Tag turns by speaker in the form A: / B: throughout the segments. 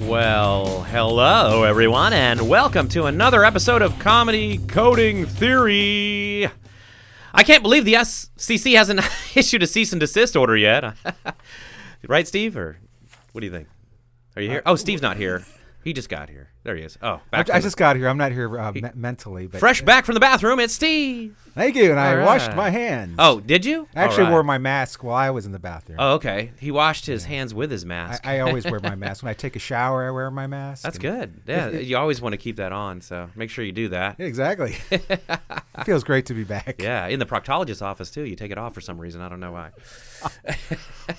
A: Well, hello everyone, and welcome to another episode of Comedy Coding Theory. I can't believe the SCC hasn't issued a cease and desist order yet. right, Steve? Or what do you think? Are you here? Oh, Steve's not here. He just got here. There he is. Oh, back
B: I
A: from
B: just got here. I'm not here uh, me- mentally,
A: the,
B: but
A: fresh back from the bathroom. It's Steve.
B: Thank you. And I
A: All
B: washed
A: right.
B: my hands.
A: Oh, did you?
B: I actually
A: All right.
B: wore my mask while I was in the bathroom.
A: Oh, okay. He washed his hands with his mask.
B: I, I always wear my mask when I take a shower. I wear my mask.
A: That's
B: and-
A: good. Yeah, you always want to keep that on, so make sure you do that.
B: Yeah, exactly. it feels great to be back.
A: Yeah, in the proctologist's office too. You take it off for some reason. I don't know why.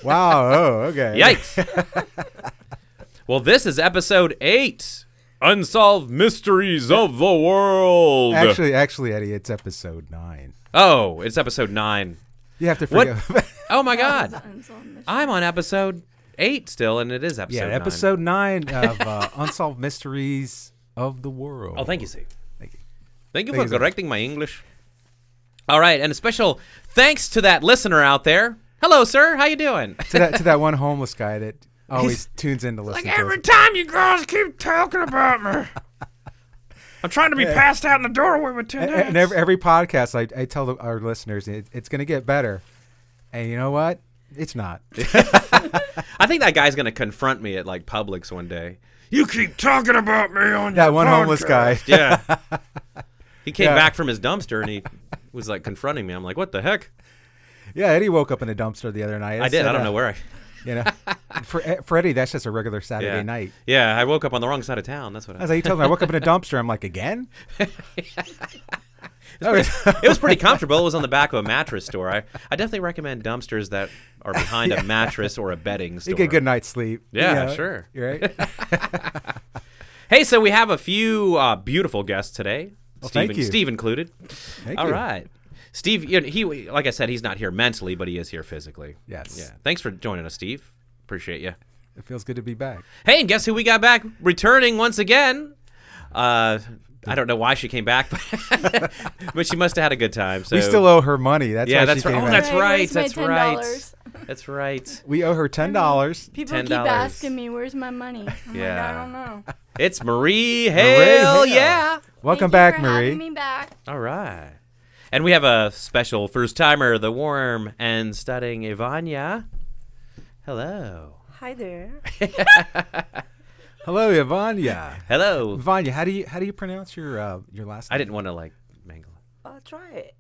B: Wow. Oh, okay.
A: Yikes. well, this is episode eight Unsolved Mysteries of the World.
B: Actually, actually, Eddie, it's episode nine.
A: oh, it's episode nine.
B: You have to
A: What?
B: forget.
A: Oh, my God.
C: That was unsolved mystery.
A: I'm on episode eight still, and it is episode
B: yeah,
A: nine.
B: episode nine of uh, Unsolved Mysteries of the World.
A: Oh, thank you, Steve.
B: Thank you.
A: Thank you for
B: Thank you, sir.
A: correcting my English. All right, and a special thanks to that listener out there. Hello, sir. How you doing?
B: to that to that one homeless guy that always tunes in to listen to. us.
A: time you girls keep talking about me. I'm trying to be passed out in the doorway with two
B: A- a- and every, every podcast I, I tell the- our listeners it, it's going to get better and you know what it's not
A: I think that guy's gonna confront me at like Publix one day.
D: You keep talking about me on
B: that
D: your
B: one homeless
D: podcast.
B: guy
A: Yeah. he came
B: Yeah.
A: back from his dumpster and he was like confronting me. I'm like, what the heck?
B: yeah eddie woke up in a dumpster the other night
A: I did.
B: said,
A: I don't
B: uh,
A: know where I.
B: you know for, E- for eddie that's just a regular saturday
A: Yeah.
B: night
A: Yeah, I woke up on the wrong side of town. That's what
B: i
A: I.
B: was like you told me i woke up in a dumpster i'm like again Okay.
A: it was pretty comfortable. It was on the back of a mattress store. I, I definitely recommend dumpsters that are behind a mattress or a bedding store.
B: you get good night's sleep you
A: Yeah,
B: know,
A: sure.
B: you're right
A: Hey, so we have a few uh, beautiful guests today. Steve,
B: thank you.
A: Steve included.
B: Thank
A: All
B: you.
A: right. Steve, you know, he like I said, he's not here mentally, but he is here physically.
B: Yes.
A: Yeah. Thanks for joining us, Steve. Appreciate you.
B: it feels good to be back
A: Hey, and guess who we got back returning once again? Uh, I don't know why she came back, but, but she must have had a good time. So
B: we still owe her money that's
A: yeah,
B: why
A: that's
B: she
A: right.
B: came
A: Oh,
B: back.
A: that's
C: Hey,
A: right.
C: where's my
A: That's right.
C: $10?
A: That's right.
B: we owe her ten dollars
C: People keep
A: $10.
C: asking me, "Where's my money?" I'm
A: Yeah.
C: like, I don't know.
A: It's Marie Hale.
B: Hale.
A: Yeah.
B: welcome
C: Thank
B: back
C: you for
B: marie
C: Having me back.
A: All right. And we have a special first timer, the warm and studying Ivania. Hello.
E: Hi there.
B: hello ivania
A: Hello.
B: ivania how do you how do you pronounce your uh, your last
A: I
B: name?
A: didn't want to like mangle. it.
E: I'll try it.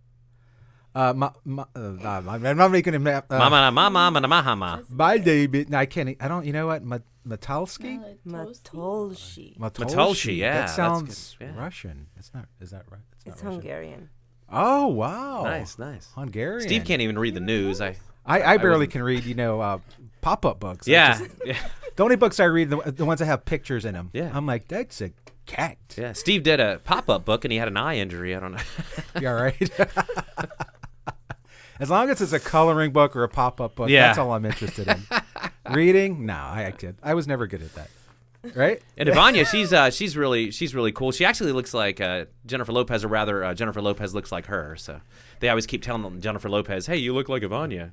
B: Uh, my, my, uh, I'm I'm not making a map. Uh,
A: Mama na mama mana mahama.
B: My David. No, I can't. e, I don't. You know what? Ma- Matalsky.
E: Matolshi.
A: Matolsky, yeah,
B: That
A: that's
B: sounds
A: good, yeah.
B: Russian. It's not. Is that right? not
E: It's
B: Russian.
E: Hungarian.
B: Oh wow.
A: Nice, nice.
B: Hungarian.
A: Steve can't even read the news. I
B: I, I barely
A: wasn't-
B: can read. You know, uh, pop-up books. I
A: yeah,
B: just-
A: yeah,
B: the only books I read the, the ones that have pictures in them.
A: Yeah.
B: I'm like, that's a cat.
A: yeah. Steve did a pop-up book and he had an eye injury. I don't know.
B: You all right? as long as it's a coloring book or a pop-up book,
A: Yeah.
B: that's all I'm interested in. Reading? No, I, I could. I was never good at that. Right?
A: And Ivania, she's uh, she's really she's really cool. She actually looks like uh, Jennifer Lopez, or rather, uh, Jennifer Lopez looks like her. So they always keep telling Jennifer Lopez, "Hey, you look like Ivania."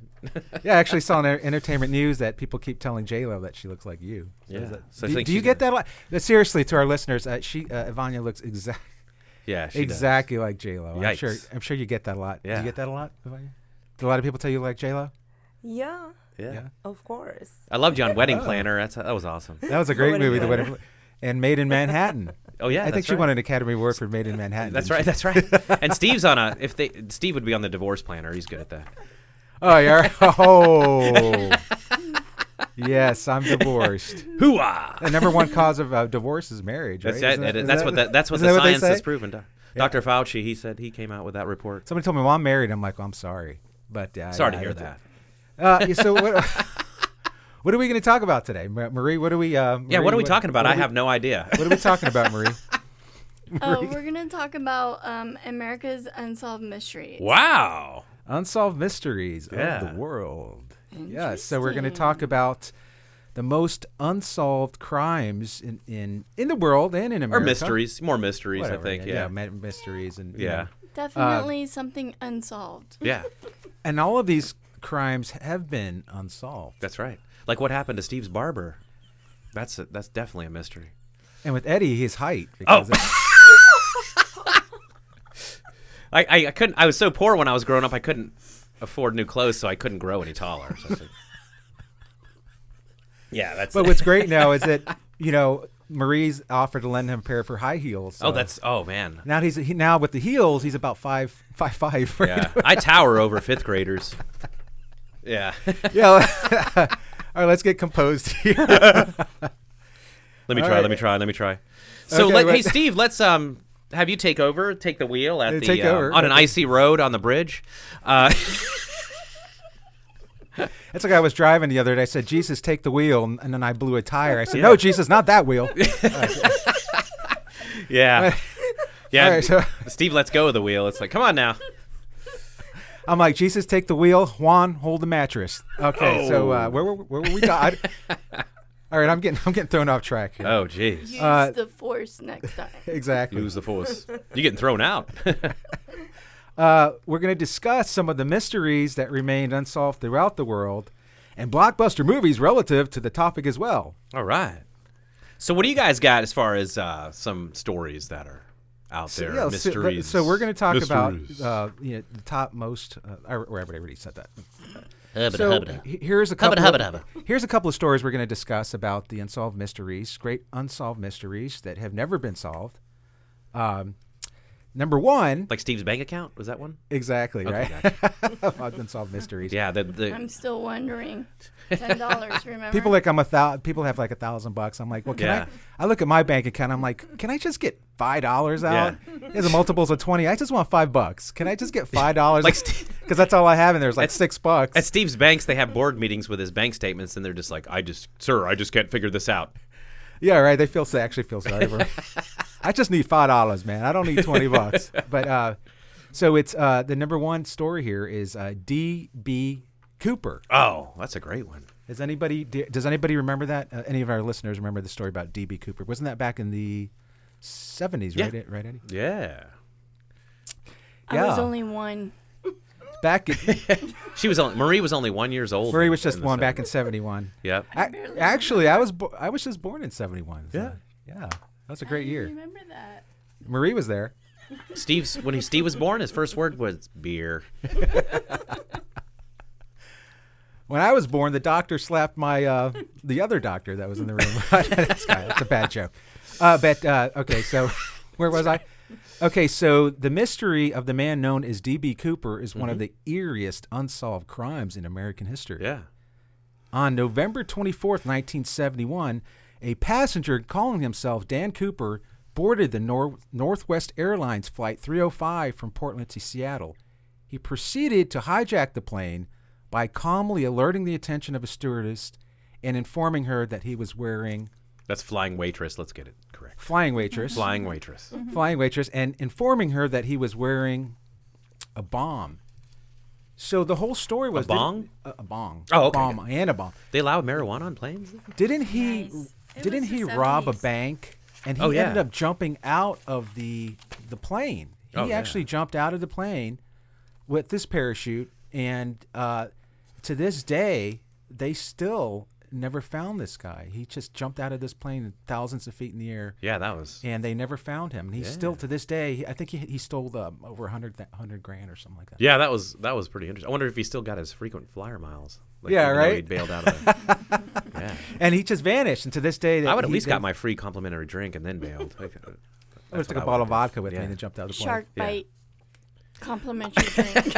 B: Yeah, I actually saw in en- entertainment news that people keep telling J Lo that she looks like you. So
A: Yeah.
B: is that-
A: So I
B: do,
A: think
B: do
A: she
B: you get that? A lot? No, seriously, to our listeners, uh, she uh, Ivania looks exact,
A: Yeah, she does.
B: exactly like J Lo. I'm
A: Yikes.
B: sure. I'm sure you get that a lot. Do
A: Yeah.
B: you get that a lot, Ivania? Do a lot of people tell you like J Lo?
E: Yeah,
A: Yeah.
B: Yeah. Oh.
E: of course.
A: I love John Wedding Planner. That's that was awesome.
B: That was a great
E: Wedding
B: movie, The
E: Planner.
B: Wedding, Pla- and Made in Manhattan.
A: Oh yeah,
B: I think
A: that's
B: she
A: right.
B: won an Academy Award for Made in Manhattan.
A: That's
B: didn't
A: right. That's right. And Steve's on a if they Steve would be on the divorce planner. He's good at that.
B: she? Oh, yeah. Oh. yes, I'm divorced.
A: Hooah!
B: The number one cause of uh, divorce is marriage.
A: That's
B: right?
A: that,
B: Isn't
A: that-
B: isn't
A: that's what that, that's what
B: isn't
A: the
B: that they
A: science has
B: say?
A: proven. Doc- Dr. Fauci, he said he came out with that report.
B: Somebody told me, "Well, I'm married." I'm like, well, "I'm sorry," but uh,
A: Sorry
B: yeah,
A: to
B: I
A: hear
B: did-
A: that.
B: Uh, yeah, so what? what are we going to talk about today, Ma- Marie? What are we? Uh,
A: Yeah,
B: Marie,
A: what are we talking about?
B: what
A: I
B: are we-
A: have no idea.
B: What are we talking about, Marie?
C: Oh, we're gonna talk about um, America's unsolved mysteries.
A: wow.
B: Unsolved mysteries
A: Yeah.
B: of the world. Yes. So we're going to talk about the most unsolved crimes in in, in the world and in
A: Or
B: America.
A: mysteries, more mysteries, I
B: Whatever,
A: think.
B: yeah,
A: Yeah.
B: ma- mysteries and you
A: Yeah.
B: know. Uh,
C: Definitely something unsolved.
A: Yeah.
B: and all of these crimes have been unsolved.
A: That's right. Like what happened to Steve's barber? That's a, that's definitely a mystery.
B: And with Eddie, his height. Because oh.
A: I, I, I couldn't. I was so poor when I was growing up. I couldn't afford new clothes, so I couldn't grow any taller. So it's like- yeah, that's.
B: But what's great now is that, you know, Marie's offered to lend him a pair of her high heels.
A: oh,
B: so-
A: that's. Oh man.
B: Now he's he, now with the heels, he's about five, five, five. Right?
A: Yeah, I tower over fifth graders. Yeah.
B: Yeah. All right, let's get composed here.
A: Let me
B: All
A: try.
B: right.
A: Let me try. Let me try. So,
B: Okay,
A: let,
B: but-
A: hey, Steve, let's um have you take over, take the wheel at
B: Yeah,
A: the
B: take
A: uh,
B: over.
A: on an icy road on the bridge. Uh,
B: That's like I was driving the other day. I said, "Jesus, take the wheel," and and then I blew a tire. I said, "No, Jesus, not that wheel."
A: yeah, yeah.
B: All right, so
A: Steve lets go of the wheel. It's like, come on now.
B: I'm like, "Jesus, take the wheel." Juan, hold the mattress. Okay, so uh,
A: Oh.
B: where were where were we? Ta- I- All right, I'm getting I'm getting thrown off track. Here.
A: Oh, jeez.
C: Use
B: Uh,
C: the force next time.
B: Exactly.
A: Lose the force. You're getting thrown out.
B: Uh, we're going to discuss some of the mysteries that remained unsolved throughout the world, and blockbuster movies relative to the topic as well.
A: All right. So, what do you guys got as far as uh, some stories that are out there?
B: Yeah, so- but-
A: mysteries.
B: So, we're going to talk
A: Mysteries.
B: about uh, you know, the top most. Uh, I, or I already said that.
A: Hubba
B: So
A: hubba.
B: he- here's a couple.
A: hubba
B: of,
A: hubba.
B: Here's a couple of stories we're going to discuss about the unsolved mysteries, great unsolved mysteries that have never been solved. Um, number one,
A: like Steve's bank account was that one?
B: exactly right. About unsolved mysteries.
A: Yeah. The, the,
C: I'm still wondering. Ten dollars, remember?
B: People like I'm a thou- people have like a thousand bucks. I'm like, well, can
A: Yeah.
B: I? I look at my bank account. I'm like, can I just get five dollars out? There's multiples of twenty. I just want five bucks. Can I just get five dollars?
A: Like Steve-
B: because that's all I have in there is like six bucks.
A: At Steve's banks, they have board meetings with his bank statements, and they're just like, "I just, sir, I just can't figure this out."
B: Yeah, right. They feel they actually feel sorry for me. I just need five dollars, man. I don't need twenty bucks. But uh, so it's uh, the number one story here is uh, D. B. Cooper.
A: Oh, that's a great one.
B: Does anybody do- does anybody remember that? Uh, any of our listeners remember the story about D. B. Cooper? Wasn't that back in the seventies?
A: Yeah.
B: Right, Ed- right, Eddie.
A: Yeah,
C: I was
B: yeah.
C: only one.
B: Back in,
A: she was only Marie was only one years old.
B: Murray
A: in-
B: was just
A: in the
B: one back in
A: 70s.
B: seventy one.
A: Yep.
B: actually, I was bo- I was just born in seventy one.
A: Yeah.
B: yeah. That's a
C: I
B: great
C: didn't
B: year.
C: Remember that?
B: Marie was there.
A: Steve's when he, Steve was born, his first word was beer.
B: When I was born, the doctor slapped my uh, the other doctor that was in the room. That's guy- that's a bad joke. Uh, but uh, okay, so where was I? Okay, so the mystery of the man known as D.B. Cooper is one
A: Mm-hmm.
B: of the eeriest unsolved crimes in American history.
A: Yeah.
B: On November 24th, 1971, a passenger calling himself Dan Cooper boarded the Nor- Northwest Airlines Flight 305 from Portland to Seattle. He proceeded to hijack the plane by calmly alerting the attention of a stewardess and informing her that he was wearing
A: That's flying waitress. Let's get it correct.
B: flying waitress,
A: Flying waitress.
B: flying waitress, and informing her that he was wearing a bomb. So the whole story was didn't-
A: bong?
B: a, a bong,
A: Oh,
B: A
A: okay,
B: bomb and a bomb.
A: They allow marijuana on planes.
B: Didn't he?
C: Nice. It
B: Didn't
C: was the
B: he rob a
C: 70s.
B: bank? And he
A: Oh, yeah.
B: ended up jumping out of the the plane. He
A: Oh, yeah.
B: actually jumped out of the plane with this parachute, and uh, to this day, they still never found this guy. He just jumped out of this plane thousands of feet in the air,
A: Yeah, that was.
B: and they never found him. And he's still
A: Yeah.
B: to this day. he- I think he, he stole um, over 100, th- 100 grand or something like that.
A: Yeah, that was that was pretty interesting. I wonder if he still got his frequent flyer miles. Like,
B: Yeah,
A: even though
B: right?
A: He bailed out of. it. yeah.
B: And he just vanished. And to this day,
A: I would at
B: he-
A: least
B: they-
A: got my free complimentary drink and then bailed. Like, uh,
B: I would
A: that's
B: took
A: what
B: a
A: I
B: bottle
A: would've done.
B: of vodka with
A: Yeah.
B: me and then jumped out of the plane.
C: Shark
A: Yeah.
C: bite. Complimentary drink.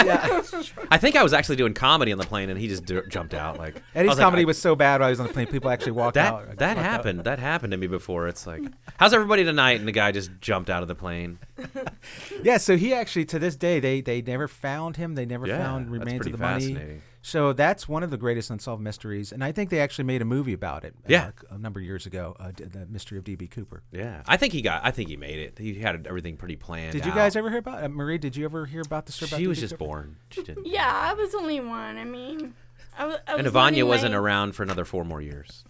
A: I think I was actually doing comedy on the plane, and he just d- jumped out. Like I
B: Eddie's
A: was like,
B: comedy
A: I-
B: was so bad while I was on the plane, people actually walked
A: that.
B: out.
A: that happened. That happened to me before. It's like, how's everybody tonight? And the guy just jumped out of the plane.
B: Yeah, so he actually to this day they they never found him. They never
A: Yeah,
B: found
A: that's
B: remains
A: pretty
B: of the money.
A: fascinating.
B: So that's one of the greatest unsolved mysteries, and I think they actually made a movie about it. uh,
A: Yeah.
B: a number of years ago, uh, d- the mystery of DB Cooper.
A: Yeah, I think he got. I think he made it. He had everything pretty planned.
B: Did you
A: out.
B: guys ever hear about uh, Marie? Did you ever hear about the story? about
A: She was
B: DB
A: just
B: Cooper?
A: born. She didn't.
C: yeah, I was only one. I mean, I was. I
A: And
C: was
A: Ivania
C: learning
A: wasn't
C: lang-
A: around for another four more years.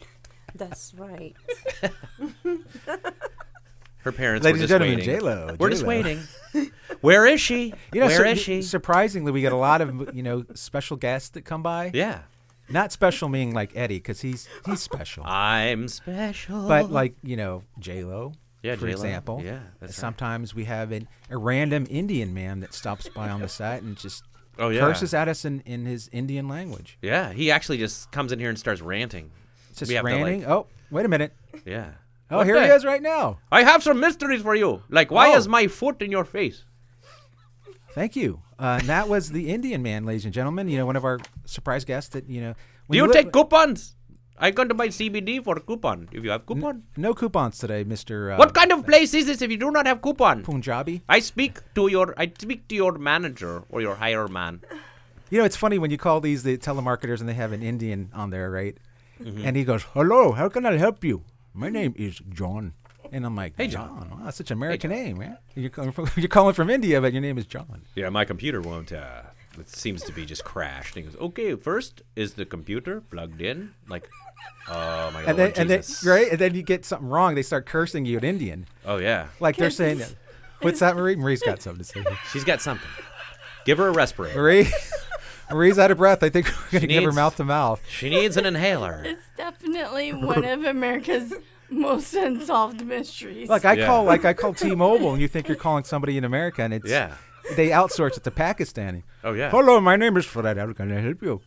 E: That's right.
A: Her parents
B: Ladies
A: were just
B: and gentlemen,
A: waiting.
B: J-Lo,
A: We're just
B: J-Lo.
A: waiting. Where is she?
B: You know,
A: Where
B: sur-
A: is she?
B: Surprisingly, we get a lot of you know special guests that come by.
A: yeah.
B: Not special meaning like Eddie, because he's he's special.
A: I'm special.
B: but like you know J Lo,
A: Yeah,
B: for
A: J.Lo.
B: example.
A: Yeah, that's right.
B: sometimes we have an, a random Indian man that stops by on the set and just
A: Oh, yeah.
B: curses at us in, in his Indian language.
A: yeah, he actually just comes in here and starts ranting.
B: It's just
A: We have to, like-
B: ranting. oh, wait a minute.
A: yeah.
B: Oh,
A: What
B: here
A: the-
B: he is right now.
A: I have some mysteries for you. Like, why
B: Oh.
A: is my foot in your face?
B: Thank you. Uh, and that was the Indian man, ladies and gentlemen. You know, one of our surprise guests. That you know, when
A: Do you
B: look-
A: take coupons? I going to buy CBD for coupon. If you have coupon,
B: no coupons today, Mister. Uh,
A: what kind of place is this if you do not have coupon?
B: Punjabi?
A: I speak to your I speak to your manager or your higher man.
B: You know, it's funny when you call these the telemarketers and they have an Indian on there, right?
A: Mm-hmm.
B: And he goes, "Hello, how can I help you? My name is John." And I'm like, "Hey, John, wow, that's such an American name, man. You're calling, from, you're calling from India, but your name is John."
A: Yeah, my computer won't. Uh, it seems to be just crashed. And he goes, okay, first is the computer plugged in? Like, oh my god,
B: And then, and then, right? And then you get something wrong. They start cursing you at Indian,
A: Oh yeah,
B: like they're saying, "What's that, Marie? Marie's got something to say." here.
A: she's got something. Give her a respirator.
B: Marie, Marie's out of breath. I think we're gonna
A: She
B: give her
A: needs-
B: mouth to mouth.
A: She needs an inhaler.
C: It's definitely one of America's most unsolved mysteries.
B: Like I
A: Yeah.
B: call, like I call T-Mobile, and you think you're calling somebody in America, and it's
A: Yeah.
B: They outsource it to Pakistani.
A: Oh yeah.
B: Hello, my name is Fred. How can I help you?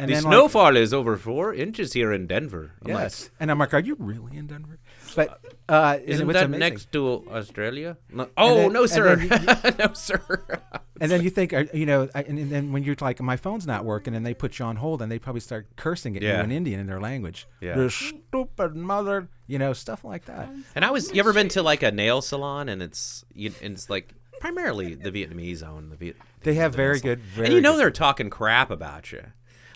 B: And
A: The
B: then, like,
A: snowfall is over four inches here in Denver. I'm like,
B: yes. and I'm like, are you really in Denver? But uh, and
A: Isn't
B: what's
A: that
B: amazing-
A: next to Australia? No- oh
B: then-
A: no,
B: and
A: sir.
B: then
A: no, sir.
B: And then you think, uh, you know, I- and, and then when you're like, my phone's not working, and they put you on hold, and they probably start cursing at
A: Yeah.
B: you in Indian in their language.
A: Yeah.
B: The stupid mother, you know, stuff like that.
A: And I was. You ever been to like a nail salon and it's you, and it's like primarily the Vietnamese own the Viet.
B: They have
A: the
B: very
A: nail salon.
B: good, very
A: and you know
B: good-
A: they're talking crap about you.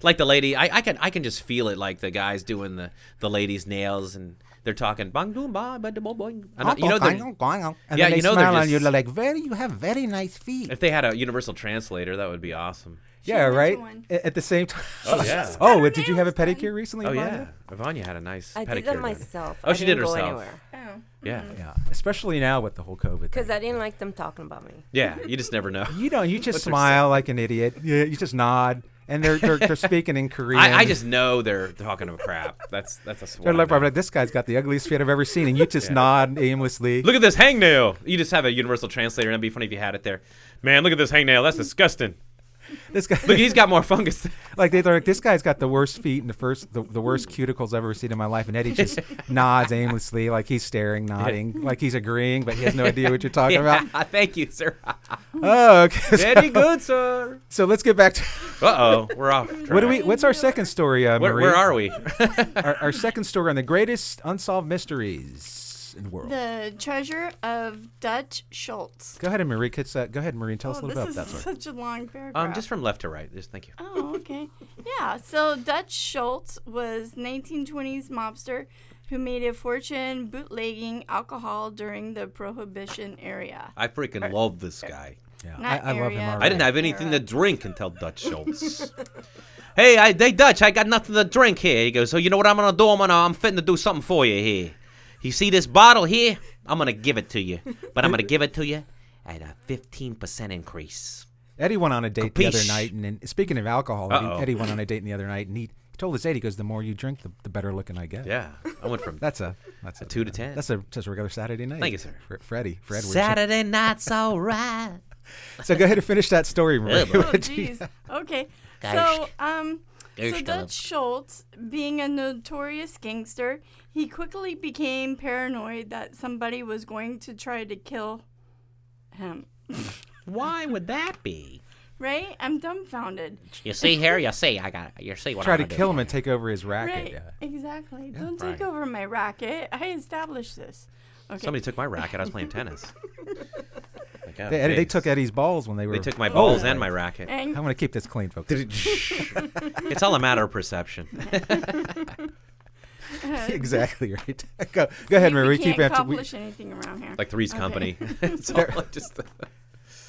A: Like the lady, I, I can I can just feel it. Like the guys doing the the lady's nails and they're talking bang boom ba ba da, bo, boing. And You know they're-
B: and
A: Yeah,
B: then they
A: you know they're
B: smile on
A: just-
B: you. They're like, very, you have very nice feet.
A: if they had a universal translator, that would be awesome.
B: yeah,
C: went to
B: right.
C: one.
B: A- At the same time.
A: Oh yeah.
B: Oh, did you have a
C: nails done.
B: pedicure recently?
A: Oh
B: Vanya?
A: yeah. Ivania had a nice
E: I
A: pedicure.
E: did that
A: done.
E: myself. Mm-hmm.
A: Oh,
E: I
A: she did
E: didn't go
A: herself.
E: anywhere.
C: Oh.
A: Yeah.
B: Yeah, especially now with the whole COVID.
E: Because
B: thing.
E: I didn't like them talking about me.
A: Yeah. You just never know.
B: you know, you just
A: What's her
B: smile like an idiot. Yeah, you just nod, and they're they're, they're speaking in Korean.
A: I, I just know they're talking of crap. That's that's a
B: they're
A: swan.
B: like, probably like, this guy's got the ugliest feet I've ever seen, and you just nod aimlessly.
A: Look at this hangnail. You just have a universal translator, and it'd be funny if you had it there. Man, look at this hangnail. That's disgusting.
B: This guy,
A: Look, he's got more fungus.
B: like they're like, this guy's got the worst feet and the first the, the worst cuticles I've ever seen in my life, and Eddie just nods aimlessly, like he's staring, nodding, like he's agreeing, but he has no idea what you're talking about.
A: thank you, sir.
B: Oh, okay. So,
A: Very good, sir.
B: so let's get back to
A: Uh oh, we're off. Track.
B: what do we? What's our second story, uh,
A: Where,
B: Marie?
A: where are we?
B: our, our second story on the greatest unsolved mysteries in the world.
C: The treasure of Dutch Schultz.
B: Go ahead, and Marie. Could, uh, go ahead, Marie, and tell us a
C: oh,
B: little
C: this
B: bit
C: is
B: about that. Story.
C: such a long paragraph.
A: Um, just from left to right. Just thank you.
C: Oh, okay. Yeah. So Dutch Schultz was 1920s mobster who made a fortune bootlegging alcohol during the Prohibition era.
A: I freaking love this guy.
B: Yeah, I,
C: Not
B: I love him
C: area.
B: already.
A: I didn't have anything to drink until Dutch Schultz. hey, I, hey Dutch, I got nothing to drink here. He goes, so you know what I'm gonna do? I'm gonna, I'm fitting to do something for you here. You see this bottle here? I'm gonna give it to you, but I'm gonna give it to you at a 15% increase.
B: Eddie went on a date the other
A: Capiche.
B: night, and, and speaking of alcohol, Eddie,
A: Uh-oh.
B: Eddie went on a date the other night, and he, he told his date, he goes, "The more you drink, the, the better looking I get."
A: Yeah, I went from
B: that's a that's a,
A: two to ten.
B: That's a just a regular Saturday night.
A: Thank you, sir.
B: For, for Eddie, for Edward.
A: Saturday night's alright.
B: So go ahead and finish that story, Marie.
A: boy.
C: Oh, jeez. Okay. So, um, so
A: Geist.
C: Dutch Schultz, being a notorious gangster, he quickly became paranoid that somebody was going to try to kill him.
A: Why would that be?
C: Right? I'm dumbfounded.
A: You see here, you see, I got, you see what
B: Try
A: I'm
B: to
A: gonna
B: kill
A: do.
B: him and take over his racket.
C: Right.
B: yeah.
C: Exactly. Don't take
A: right.
C: over my racket. I established this. Okay.
A: Somebody took my racket. I was playing tennis. Like, oh,
B: They, Eddie, they
A: jeez.
B: took Eddie's balls when they were.
A: They took my balls and my racket.
B: I
C: and
B: want to keep this clean, folks.
A: it's all a matter of perception.
B: exactly right. go, go ahead, Marie.
C: we
B: Keep
C: can't
B: after we,
C: accomplish anything around here.
A: like Three's Company. it's all
B: There-
A: like just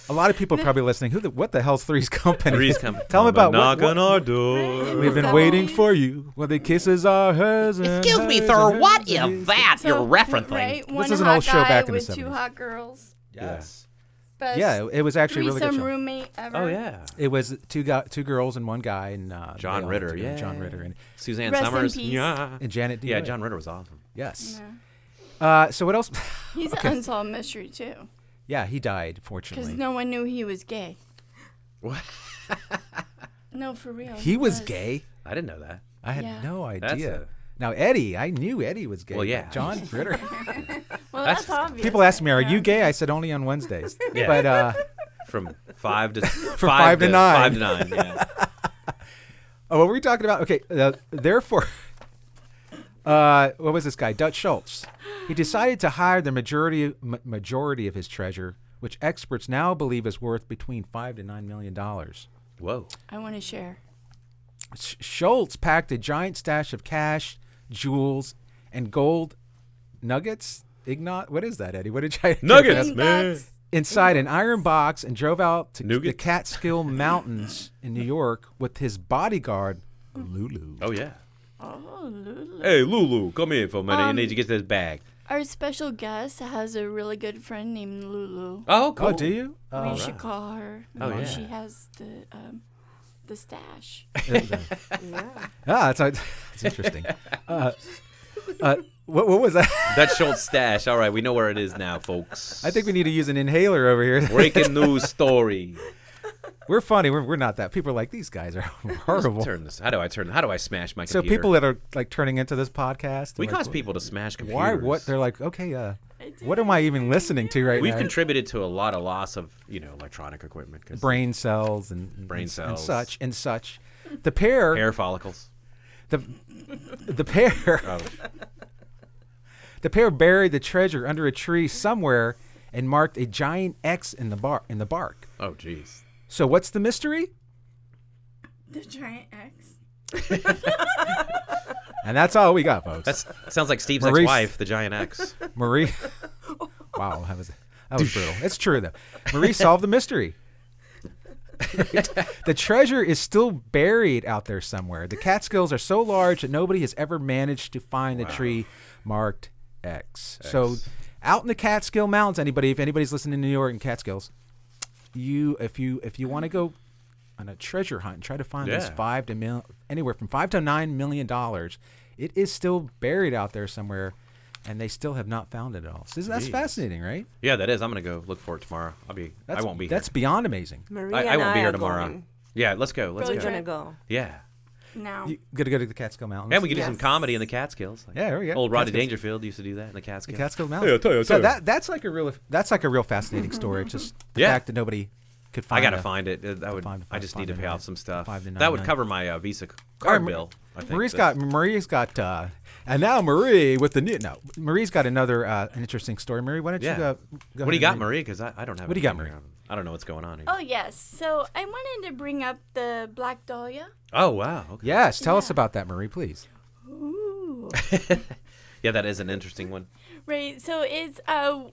B: A lot of people are probably listening. Who the what the hell's Three's Company?
A: Three's Company.
B: Tell me
A: Come
B: about
A: and
B: what,
A: knock on
B: what,
A: our door.
B: we've been
C: So-
B: waiting for you. Well, the kisses are hers. and
A: Excuse me,
B: hers
A: sir.
B: and
A: What
B: hers
A: is
B: and his.
A: that you're
C: So,
A: referencing?
C: Right? One
B: is an
C: hot
B: old show
C: guy
B: back in the
C: with two
B: 70s.
C: hot girls.
A: Yes.
C: best
B: Yeah, it- it was actually a really
C: threesome
B: good show.
C: roommate ever.
A: Oh yeah.
B: It was two go- two girls and one guy and uh,
A: John
B: they all
A: Ritter,
B: went together.
A: yeah.
B: John Ritter and
A: Suzanne
C: Rest in
A: Summers.
C: peace.
A: Yeah.
B: and Janet. D.
A: Yeah,
B: Wood.
A: John Ritter was awesome.
B: Yes. Uh, so what else?
C: He's an unsolved mystery too,
B: yeah, he died
C: because
B: fortunately.
C: no one knew he was gay. What? no, for real.
B: he was gay.
A: I didn't know that.
B: I had
C: Yeah.
B: no
A: That's
B: idea.
A: a-
B: Now Eddie, I knew Eddie was gay.
A: Well,
B: but
A: yeah.
B: John Ritter.
C: Well, that's,
A: That's-
C: obvious.
B: People ask me, "Are you gay?" I said, "Only on Wednesdays."
A: Yeah.
B: But uh,
A: From five to five,
B: five to nine.
A: Five to nine. Yeah.
B: oh, what were we talking about? Okay, uh, therefore, uh, what was this guy? Dutch Schultz. He decided to hire the majority m- majority of his treasure, which experts now believe is worth between five to nine million dollars.
A: Whoa.
C: I want to share.
B: Sch- Schultz packed a giant stash of cash, jewels, and gold nuggets. Ignot, what is that, Eddie? What did you
A: Nuggets. Yes,
C: And
A: man.
C: that's-
B: inside an iron box and drove out to the
A: Nougat?
B: Catskill Mountains in New York with his bodyguard Lulu.
A: Oh yeah.
C: Oh, Lulu.
A: Hey Lulu, come here for a minute. you
C: Um,
A: need to get this bag.
C: Our special guest has a really good friend named Lulu.
A: Oh, cool.
B: Oh, do you?
C: we
B: Oh,
C: should call her.
A: Oh,
C: Maybe
A: yeah.
C: She has the um, the stash.
B: ah, that's, that's interesting. Uh, uh, what, what was that?
A: That's Schultz stash. All right, we know where it is now, folks.
B: I think we need to use an inhaler over here.
A: breaking news story.
B: We're funny. We're, we're not that. People are like these guys are horrible.
A: Turn this. How do I turn? How do I smash my
B: So
A: computer?
B: people that are like turning into this podcast,
A: we
B: they're like,
A: cause people to smash computers.
B: Why? What? They're like, okay, uh, what am I even listening to right
A: We've
B: now?
A: contributed to a lot of loss of you know electronic equipment, 'cause
B: Brain cells and
A: Brain
B: and,
A: cells.
B: such and such. The pair
A: hair follicles.
B: The the pair the pair buried the treasure under a tree somewhere and marked a giant X in the bar in the bark.
A: Oh, jeez.
B: So what's the mystery?
C: The giant X.
B: And that's all we got, folks.
A: That's sounds like Steve's
B: Maurice-
A: ex-wife, the giant X.
B: Marie. wow, that was that was brutal. It's true though. Marie solved the mystery. the treasure is still buried out there somewhere. The Catskills are so large that nobody has ever managed to find the tree marked X. So, out in the Catskill Mountains, anybody, if anybody's listening to New York and Catskills, you, if you, if you want to go on a treasure hunt and try to find this
A: Yeah.
B: five to mil, anywhere from five to nine million dollars, it is still buried out there somewhere, and they still have not found it at all. So that's fascinating, right?
A: yeah, that is. I'm gonna go look for it tomorrow. I'll be.
B: That's,
A: I won't be.
B: That's beyond amazing.
E: Maria
A: here. I, I
E: and
A: won't be here
E: are
A: tomorrow.
E: Going.
A: Yeah, let's go. Let's
C: Road
E: We're
A: go.
C: trip.
E: gonna go.
A: Yeah.
C: Now.
B: You gotta go to the Catskill Mountains.
A: Yeah, we could do some
E: Yes.
A: comedy in the Catskills. Like
B: Yeah, there we go.
A: Old Roddy
B: Catskills.
A: Dangerfield used to do that in the Catskills.
B: Catskill Mountains.
A: Yeah, I tell you, I
B: so
A: tell you.
B: that that's like a real that's like a real fascinating story. It's just the
A: Yeah.
B: fact that nobody could find.
A: I gotta
B: a-
A: find it. Uh, That would.
B: find-
A: I just
B: find
A: need to
B: it
A: pay
B: now.
A: off some stuff.
B: Five to nine
A: That would
B: nine.
A: cover my uh, Visa c-
B: All right,
A: card
B: Mar-
A: bill. I think.
B: Marie's
A: That's-
B: got Marie's got uh, and now Marie with the new no Marie's got another uh, an interesting story. Marie, why don't
A: Yeah.
B: you go? go
A: What do you
B: ahead
A: got,
B: and
A: Marie? Because I, I don't have.
B: What do you got,
A: anything
B: Marie?
A: around. I don't know what's going on here.
C: Oh yes. So I wanted to bring up the Black Dahlia.
A: Oh wow. Okay.
B: Yes, tell us about that, Marie, please.
C: Ooh.
A: Yeah, that is an interesting one.
C: Right. So it's uh,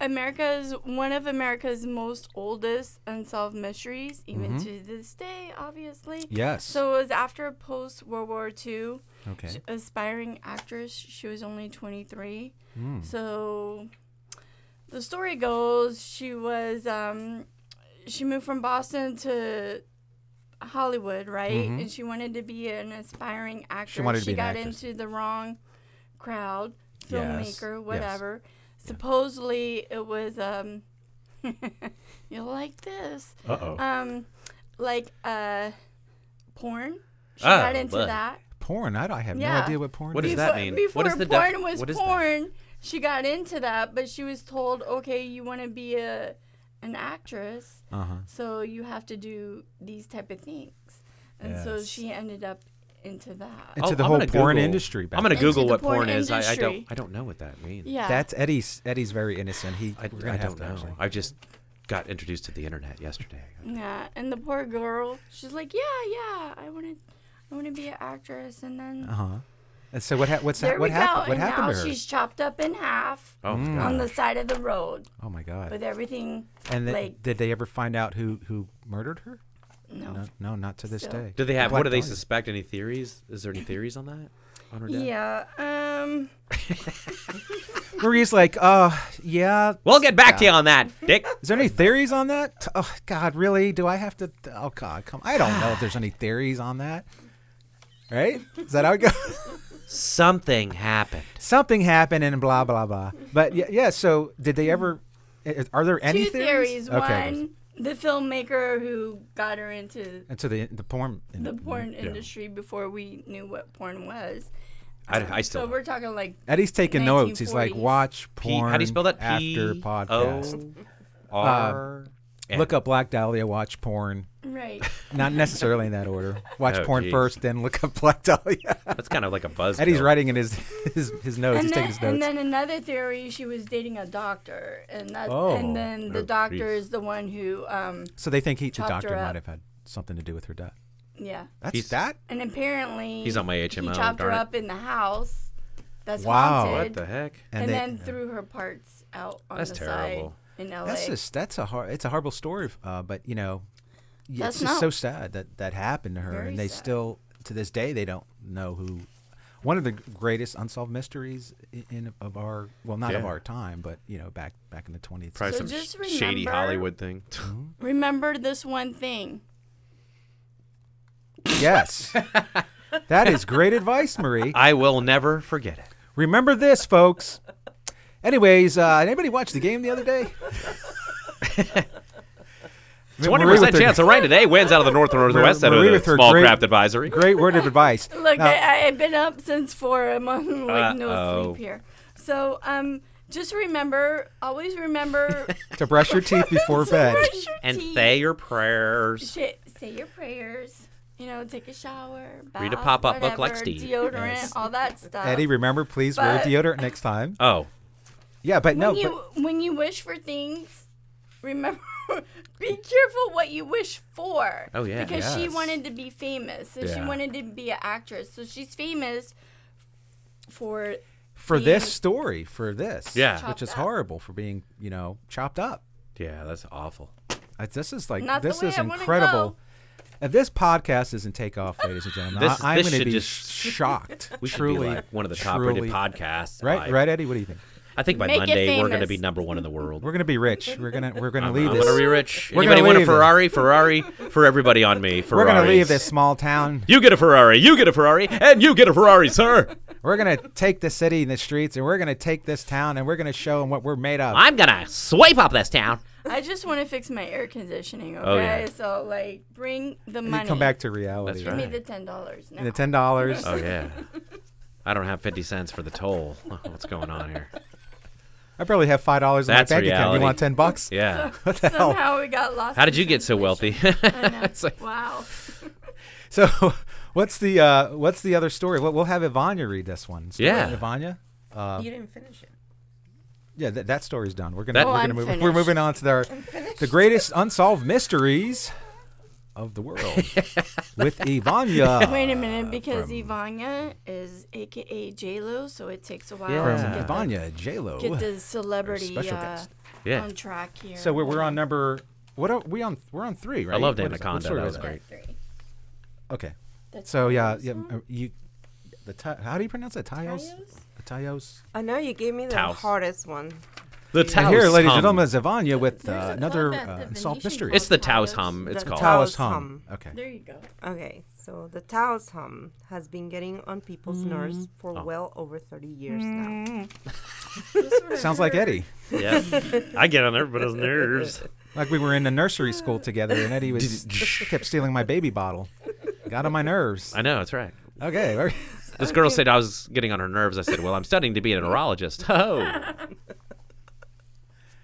C: America's one of America's most oldest unsolved mysteries, even to this day, obviously.
B: Yes.
C: So it was after post World War II.
B: Okay.
C: Sh- Aspiring actress. She was only 23.
B: Hmm.
C: So the story goes she was um, she moved from Boston to Hollywood, right? And she wanted to be an aspiring actress.
B: Mm-hmm. wanted to be an
C: got
B: actress.
C: into the wrong crowd,
B: Yes,
C: filmmaker,
B: yes.
C: whatever. Supposedly it was um you like this.
A: Uh oh.
C: Um like uh porn. She
B: Ah,
A: Oh,
C: got into
A: but-
C: that.
B: Porn? I, don't- I have no
C: Yeah.
B: idea what porn
A: What
B: is.
A: does
C: before,
A: that mean?
C: Before
A: What is the def-
C: porn was
A: what is that?
C: porn, she got into that, but she was told, okay, you want to be a an actress,
B: Uh-huh.
C: so you have to do these type of things, and so
B: Yes.
C: she ended up into that.
B: And to
A: Oh,
B: the
A: I'm
B: whole
A: gonna
B: porn
A: Google-
B: industry. Back
A: I'm gonna
B: then.
C: Into
A: Google
C: the
A: what
C: porn
A: porn is. I, I don't.
C: industry.
A: I don't know what that means.
C: Yeah,
B: That's Eddie's. Eddie's very innocent. He.
A: I, I
B: we're gonna have
A: don't
B: to
A: know.
B: actually-
A: I just got introduced to the internet yesterday.
C: yeah. And the poor girl, she's like, yeah, yeah, I want to, I want to be an actress, and then
A: Uh-huh.
B: Uh-huh. And so what? Ha- what's
C: there
B: that? What
C: we
B: happened?
C: go,
B: What
C: and
B: happened
C: now
B: to her?
C: she's chopped up in half
A: Oh
C: on
A: god.
C: the side of the road
B: oh my god.
C: with everything.
B: and th-
C: like
B: did they ever find out who who murdered her?
C: no.
B: No, no, not to this
C: Still.
B: day.
A: Oh. Do they have?
B: Black
A: What do they
B: Dahlia.
A: suspect? Any theories? Is there any theories on that? on her death?
C: Yeah. Um.
B: Marie's like, uh, yeah.
A: We'll get back to you on that, Dick.
B: Is there any theories on that? T- Oh God, really? Do I have to? Oh God, come! I don't know if there's any theories on that. Right? Is that how it goes?
A: Something happened.
B: Something happened and blah blah blah. But yeah, yeah. So did they ever? i- Are there any
C: two theories.
B: Okay.
C: One, the filmmaker who got her into
B: And so the the porn.
C: the porn industry before we knew what porn was.
A: I, I
C: So
A: still.
C: we're talking like
B: Eddie's taking notes. He's like,
C: 1940s.
B: watch
A: P,
B: porn.
A: how do you spell that?
B: After
A: P Uh,
B: podcast. Uh, Um,
A: O R. N.
B: Look up Black Dahlia. Watch porn.
C: right.
B: Not necessarily in that order. Watch
A: Oh,
B: porn
A: geez.
B: first, then look up Black Dahlia.
A: That's kind of like a buzz.
B: Eddie's writing in his his, his notes.
C: and,
B: He's
C: then,
B: taking his notes.
C: and then another theory, she was dating a doctor, and that
B: Oh.
C: and then
A: Oh,
C: the doctor
A: geez.
C: is the one who um
B: So they think he, the
C: Chopped
B: doctor
C: her
B: might
C: up.
B: have had something to do with her death.
C: yeah.
B: That's
A: He's-
B: that.
C: And apparently
A: He's on my
C: He
A: HMO,
C: chopped her
A: darn it.
C: up in the house. That's
B: Wow.
C: haunted.
A: What the heck?
C: And,
B: they-
C: then threw her parts out on
A: That's
C: the
A: terrible.
C: side in LA.
B: that's just that's a hor- it's a horrible story. Uh, but you know, y-
C: That's
B: it's just so
C: not-
B: sad that that happened to her,
C: Very
B: and they
C: sad.
B: still to this day they don't know who. One of the greatest unsolved mysteries i- in of our well, not of
A: Yeah.
B: our time, but you know, back back in the twentieth.
A: Probably
C: So
A: some
C: just
A: sh- shady
C: remember-
A: Hollywood thing.
C: Remember this one thing.
B: Yes, that is great advice, Marie.
A: I will never forget it.
B: Remember this, folks. Anyways, uh, anybody watch the game the other day?
A: Twenty
B: Marie with
A: percent
B: her-
A: chance of rain today. Winds out of the north and northwest. Out of
B: Marie
A: the
B: with her
A: small
B: great-
A: craft advisory.
B: Great word of advice.
C: Look,
B: Now-
C: I, I've been up since four. I'm on like no
A: Uh-oh.
C: sleep here. So um, just remember, always remember
B: to brush your teeth before
C: to
B: bed.
C: brush your
A: And
C: teeth.
A: say your prayers.
C: Sh- say your prayers. You know, take a shower. Bath,
A: Read a pop-up book like
C: whatever,
A: Steve.
C: Deodorant,
B: Yes.
C: all that stuff.
B: Eddie, remember, please wear
C: But-
B: deodorant next time.
A: Oh,
B: Yeah, but no,
C: when you when you wish for things, remember be careful what you wish for.
A: Oh, yeah.
C: because she
B: Yes.
C: wanted to be famous. So she
B: Yeah.
C: wanted to be an actress. So she's famous for
B: but for
C: you-
B: this story, for this,
A: Yeah.
B: which is
C: Chopped up.
B: horrible for being, you know, chopped up.
A: yeah, that's awful.
B: Uh, This is like
C: Not the
B: this
C: way
B: is
C: I wanna
B: incredible.
C: go.
B: If this podcast doesn't take off, ladies and gentlemen,
A: This-
B: I, am
A: this
B: going to
A: should
B: be
A: just-
B: shocked.
A: We
B: truly,
A: should be like one of the top-rated
B: truly-
A: podcasts.
B: Right,
A: by-
B: right, Eddie. What do you think?
A: I think by
C: Make it
A: Monday we're going to
C: famous.
A: be number one in the world.
B: We're going to be rich. We're gonna we're gonna
A: I'm,
B: leave
A: I'm
B: this.
A: gonna be rich.
B: We're gonna
A: Anybody want a
B: leave this.
A: Ferrari? Ferrari for everybody on me.
B: we're
A: Ferrari.
B: going to leave this small town.
A: You get a Ferrari. You get a Ferrari, and you get a Ferrari, sir.
B: We're going to take the city and the streets, and we're going to take this town, and we're going to show them what we're made of.
A: I'm gonna swipe up this town.
C: I just want to fix my air conditioning, okay?
A: yeah.
C: So like bring
B: And
C: the
B: Oh, you
C: money.
B: come back to
A: That's
B: reality.
C: Give
A: right.
C: me the ten dollars now.
B: And the ten dollars.
A: Oh yeah. I don't have fifty cents for the toll. What's going on here?
B: I probably have five dollars in my
A: That's
B: bank account. You
A: reality.
B: want ten bucks?
A: Yeah.
B: hell?
C: Somehow we got lost.
A: How did
C: in
A: you get so wealthy?
C: translation. I know.
A: It's like-
C: wow.
B: So, what's the uh, what's the other story? We'll, we'll have Ivanya read this one. So,
A: Yeah.
B: Ivanya.
A: Uh,
E: you didn't finish it.
B: Yeah, that that story's done. We're gonna
A: That-
B: we're
A: Oh,
B: gonna
C: I'm
B: move, we're
C: finished.
B: moving on to our the greatest unsolved mysteries of the world with Ivanya.
C: Wait a
B: Uh,
C: minute, because Ivania is AKA J Lo, so it takes a while
B: From
A: Yeah.
C: to get the
B: Ivanya J Lo.
C: get the celebrity
B: special
C: uh,
B: guest.
A: Yeah.
C: on track here.
B: So we're, we're on number. What are we on? We're on three, right?
A: I loved
B: What is- what
A: Anaconda.
B: story
A: That was great.
C: Three.
B: Okay.
C: That's
B: So yeah, yeah. uh, You, the ti- how do you pronounce that? Tios. The Tios.
E: I know you gave me the
A: Taos.
E: hardest one.
A: The
B: And
A: Taos
B: here, ladies and
A: hum.
B: gentlemen, is Ivanya with
C: There's
B: uh,
C: a
B: another
C: club at
B: uh,
C: the
B: unsolved
C: Venetian
B: mystery.
A: It's the Taos
C: Taos.
A: hum. It's
E: The
A: called.
B: Taos
E: Taos.
B: hum.
E: hum.
B: Okay.
C: There you go.
E: Okay, so the Taos hum has been getting on people's nerves for
A: Oh.
E: well over 30 years now.
B: Sounds like Eddie.
A: Yeah. I get on everybody's nerves.
B: Like we were in the nursery school together, and Eddie was kept stealing my baby bottle. Got on my nerves.
A: I know. That's right.
B: Okay. very-
A: This girl said I was getting on her nerves. I said, "Well, I'm studying to be a neurologist." Oh.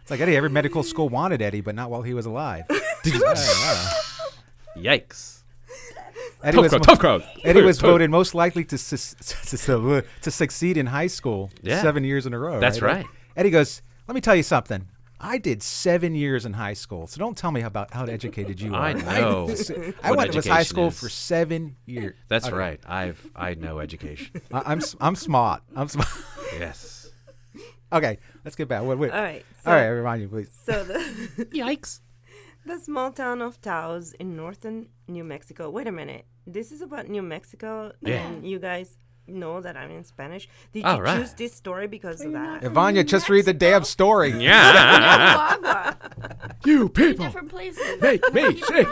B: It's like Eddie. Every medical school wanted Eddie, but not while he was alive.
A: Yikes.
B: Eddie
A: Tough
B: was.
A: crowd. Tough crowd.
B: Eddie was
A: Tough-
B: voted most likely to sus- to, su- to succeed in high school
A: Yeah.
B: seven years in a row.
A: That's
B: Eddie?
A: right.
B: Eddie goes, "Let me tell you something. I did seven years in high school, so don't tell me about how educated you
A: I
B: are.
A: know
B: I
A: what
B: went to high
A: education
B: school
A: is.
B: for seven years.
A: That's
B: Okay.
A: right. I've I know education.
B: I, I'm s- I'm smart. I'm smart.
A: Yes.
B: okay, let's get back. Wait, wait.
E: All right. So,
B: All right, remind you, please.
E: So the,
A: Yikes.
E: the small town of Taos in northern New Mexico. Wait a minute. This is about New Mexico,
A: Yeah.
E: and you guys know that I'm in Spanish. Did
A: All
E: you
A: right.
E: choose this story because of that?
B: Ivania, just read the damn story.
A: Yeah.
C: Guagua.
B: You people
C: Different places.
B: make me sick.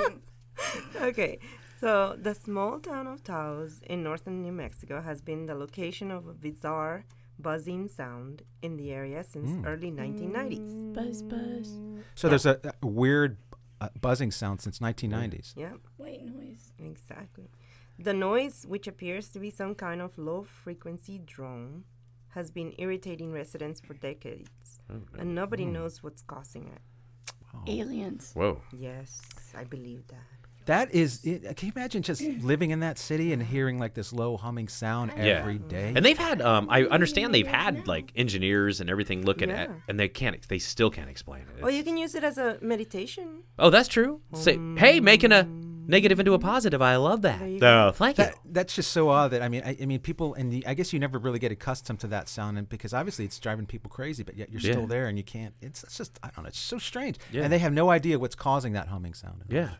E: Okay, so the small town of Taos in northern New Mexico has been the location of a bizarre buzzing sound in the area since
A: Hmm.
E: early 1990s.
C: Buzz, buzz.
B: So there's a, a weird uh, buzzing sound since 1990s.
E: Yeah,
C: White noise.
E: exactly. The noise, which appears to be some kind of low frequency drone, has been irritating residents for decades, and nobody
B: Hmm.
E: knows what's causing it.
B: Oh.
C: Aliens.
A: Whoa.
E: Yes, I believe that.
B: That is, it, can you imagine just living in that city and hearing like this low humming sound
A: Yeah.
B: every day?
A: And they've had, um, I understand they've had like engineers and everything looking at,
E: Yeah.
A: and they can't, they still can't explain it.
E: Or Oh, you can use it as a meditation.
A: Oh, that's true. Say, hey,
E: Hmm.
A: making a negative into a positive. I love that. Oh, thank you.
B: That, that's just so odd that I mean I, I mean people and the, I guess you never really get accustomed to that sound and because obviously it's driving people crazy but yet you're
A: Yeah.
B: still there and you can't it's, it's just I don't know it's so strange
A: Yeah.
B: and they have no idea what's causing that humming sound
A: Yeah.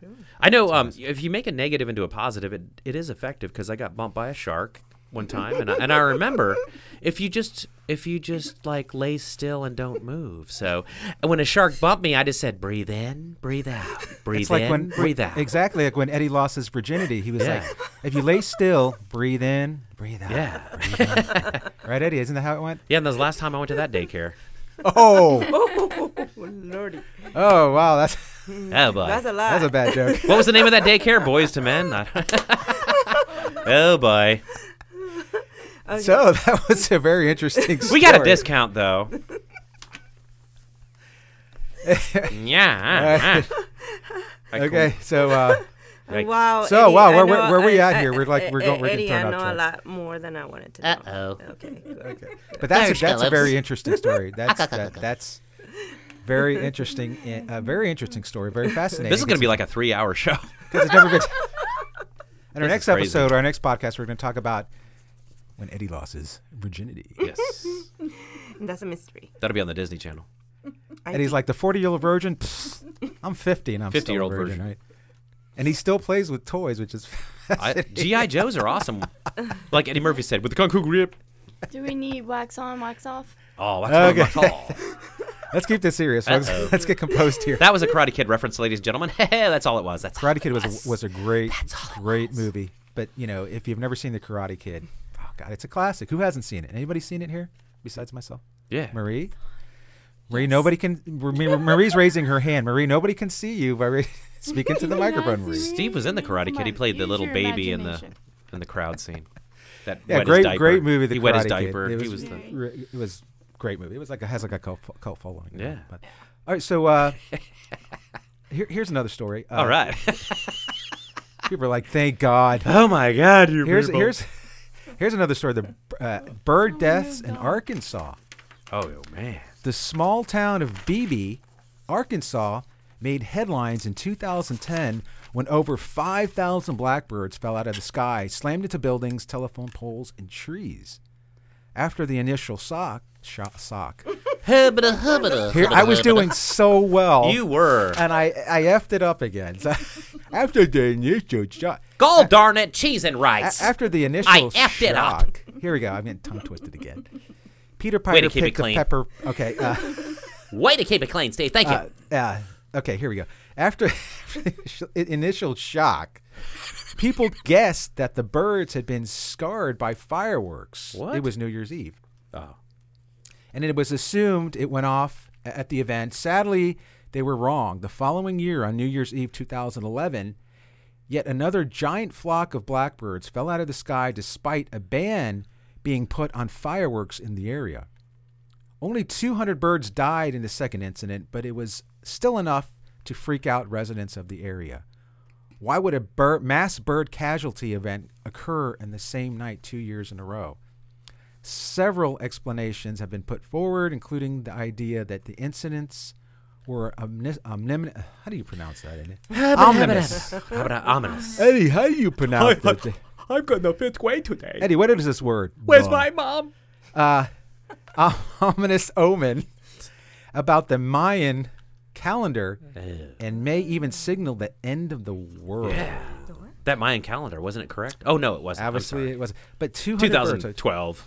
A: I know um, if you make a negative into a positive, it, it is effective because I got bumped by a shark one time and I, and I remember if you just if you just like lay still and don't move. So and when a shark bumped me, I just said breathe in, breathe out, breathe
B: it's
A: in,
B: like when
A: breathe out.
B: exactly like when Eddie lost his virginity he was
A: Yeah.
B: like if you lay still breathe in breathe out
A: Yeah.
B: right Eddie isn't that how it went
A: Yeah, and that was the last time I went to that daycare.
B: oh
E: Lordy,
B: oh wow that's
A: Oh boy.
E: that's a lot.
B: that's a bad joke
A: what was the name of that daycare? Boys to Men. I- oh boy.
B: so that was a very interesting story.
A: We got a discount though. yeah. I-
B: okay so uh,
A: Yikes.
E: Wow.
B: So,
E: Eddie,
B: wow,
E: I
B: where- where-
E: know-
B: where we
E: I-
B: at
E: I-
B: here? We're like-
E: I-
B: we're going-
E: I-
B: we're getting
E: Eddie,
B: thrown
E: I
B: off
E: know a
B: track.
E: lot more than I wanted to know.
A: Uh-oh.
E: Okay. good.
A: There's
B: But that's a, that's a
A: Phillips.
B: very interesting story. That's that, that's very interesting. i- A very interesting story. Very fascinating.
A: This is going to be like a three-hour show.
B: because it's never been. In our
A: This
B: next
A: is crazy.
B: episode, or our next podcast, we're going to talk about when Eddie loses virginity.
A: yes,
E: That's a mystery.
A: that'll be on the Disney Channel.
E: I
B: Eddie's
E: think-
B: like the forty-year-old virgin. Pfft, I'm fifty, and I'm still a
A: 50-year-old
B: virgin,
A: virgin.
B: right? And he still plays with toys, which is
A: I, GI Joes are awesome. Like Eddie Murphy said, with the kung fu grip.
C: Do we need wax on, wax off?
A: Oh, that's
B: Okay.
A: okay.
B: let's keep this serious. Let's,
A: Uh-oh.
B: let's get composed here.
A: Oh. That was a Karate Kid reference, ladies and gentlemen. that's all it was. That's
B: Karate Kid was a, was a great great movie, but you know if you've never seen the Karate Kid, oh god, it's a classic. Who hasn't seen it? Anybody seen it here besides myself?
A: yeah.
B: Marie. Marie, nobody can. Marie- Marie's raising her hand. Marie, nobody can see you by ra- speaking to the microphone. Marie.
A: Steve was in the Karate
C: Come
A: Kid. He
C: on,
A: played the
C: use
A: little
C: your
A: baby in the
C: imagination.
A: in the crowd scene. That
B: Yeah,
A: wet his
B: great,
A: diaper.
B: great movie. The
A: he
B: Karate
A: wet his
B: Kid.
A: diaper.
B: It
A: he
B: was,
A: was the
B: re- it was great movie. It was like a, has like a cult, fo- cult following. you know,
A: Yeah.
B: But, all right. So uh, here, here's another story. Uh,
A: all right.
B: People are like, thank God.
A: oh my God, you
B: Here's here's here's another story. The uh, bird deaths in Arkansas.
A: oh man.
B: The small town of Beebe, Arkansas, made headlines in 2010 when over 5,000 blackbirds fell out of the sky, slammed into buildings, telephone poles, and trees. After the initial sock, shot sock. Here, I was doing so well.
A: You were.
B: And I, I effed it up again. So, after the initial shock.
A: Gall darn it, cheese and
B: A-
A: rice.
B: after the initial
A: effed it up.
B: shock, here we go. I'm getting tongue twisted again. Peter
A: Way
B: Piper
A: to keep it
B: picked a
A: clean.
B: pepper. Okay. Uh,
A: Way to keep it clean, Steve. Thank you.
B: Uh, uh, okay, here we go. After the initial shock, people guessed that the birds had been scarred by fireworks.
A: What?
B: It was New Year's Eve.
A: Oh.
B: And it was assumed it went off a- at the event. Sadly, they were wrong. The following year, on New Year's Eve 2011, yet another giant flock of blackbirds fell out of the sky despite a ban being put on fireworks in the area. Only 200 birds died in the second incident, but it was still enough to freak out residents of the area. Why would a bir- mass bird casualty event occur in the same night two years in a row? Several explanations have been put forward, including the idea that the incidents were omnis- omnim- How do you pronounce that? Eddie? Ominous.
A: How about an ominous?
B: Eddie, how do you pronounce that?
A: I've got no fifth grade today.
B: Eddie, what is this word? Bah.
A: mom?
B: ominous omen about the Mayan calendar and may even signal the end of the world.
A: That Mayan calendar wasn't it correct? Oh no, it wasn't. I'm
B: Obviously,
A: sorry.
B: it was. But 200 birds,
A: 2012.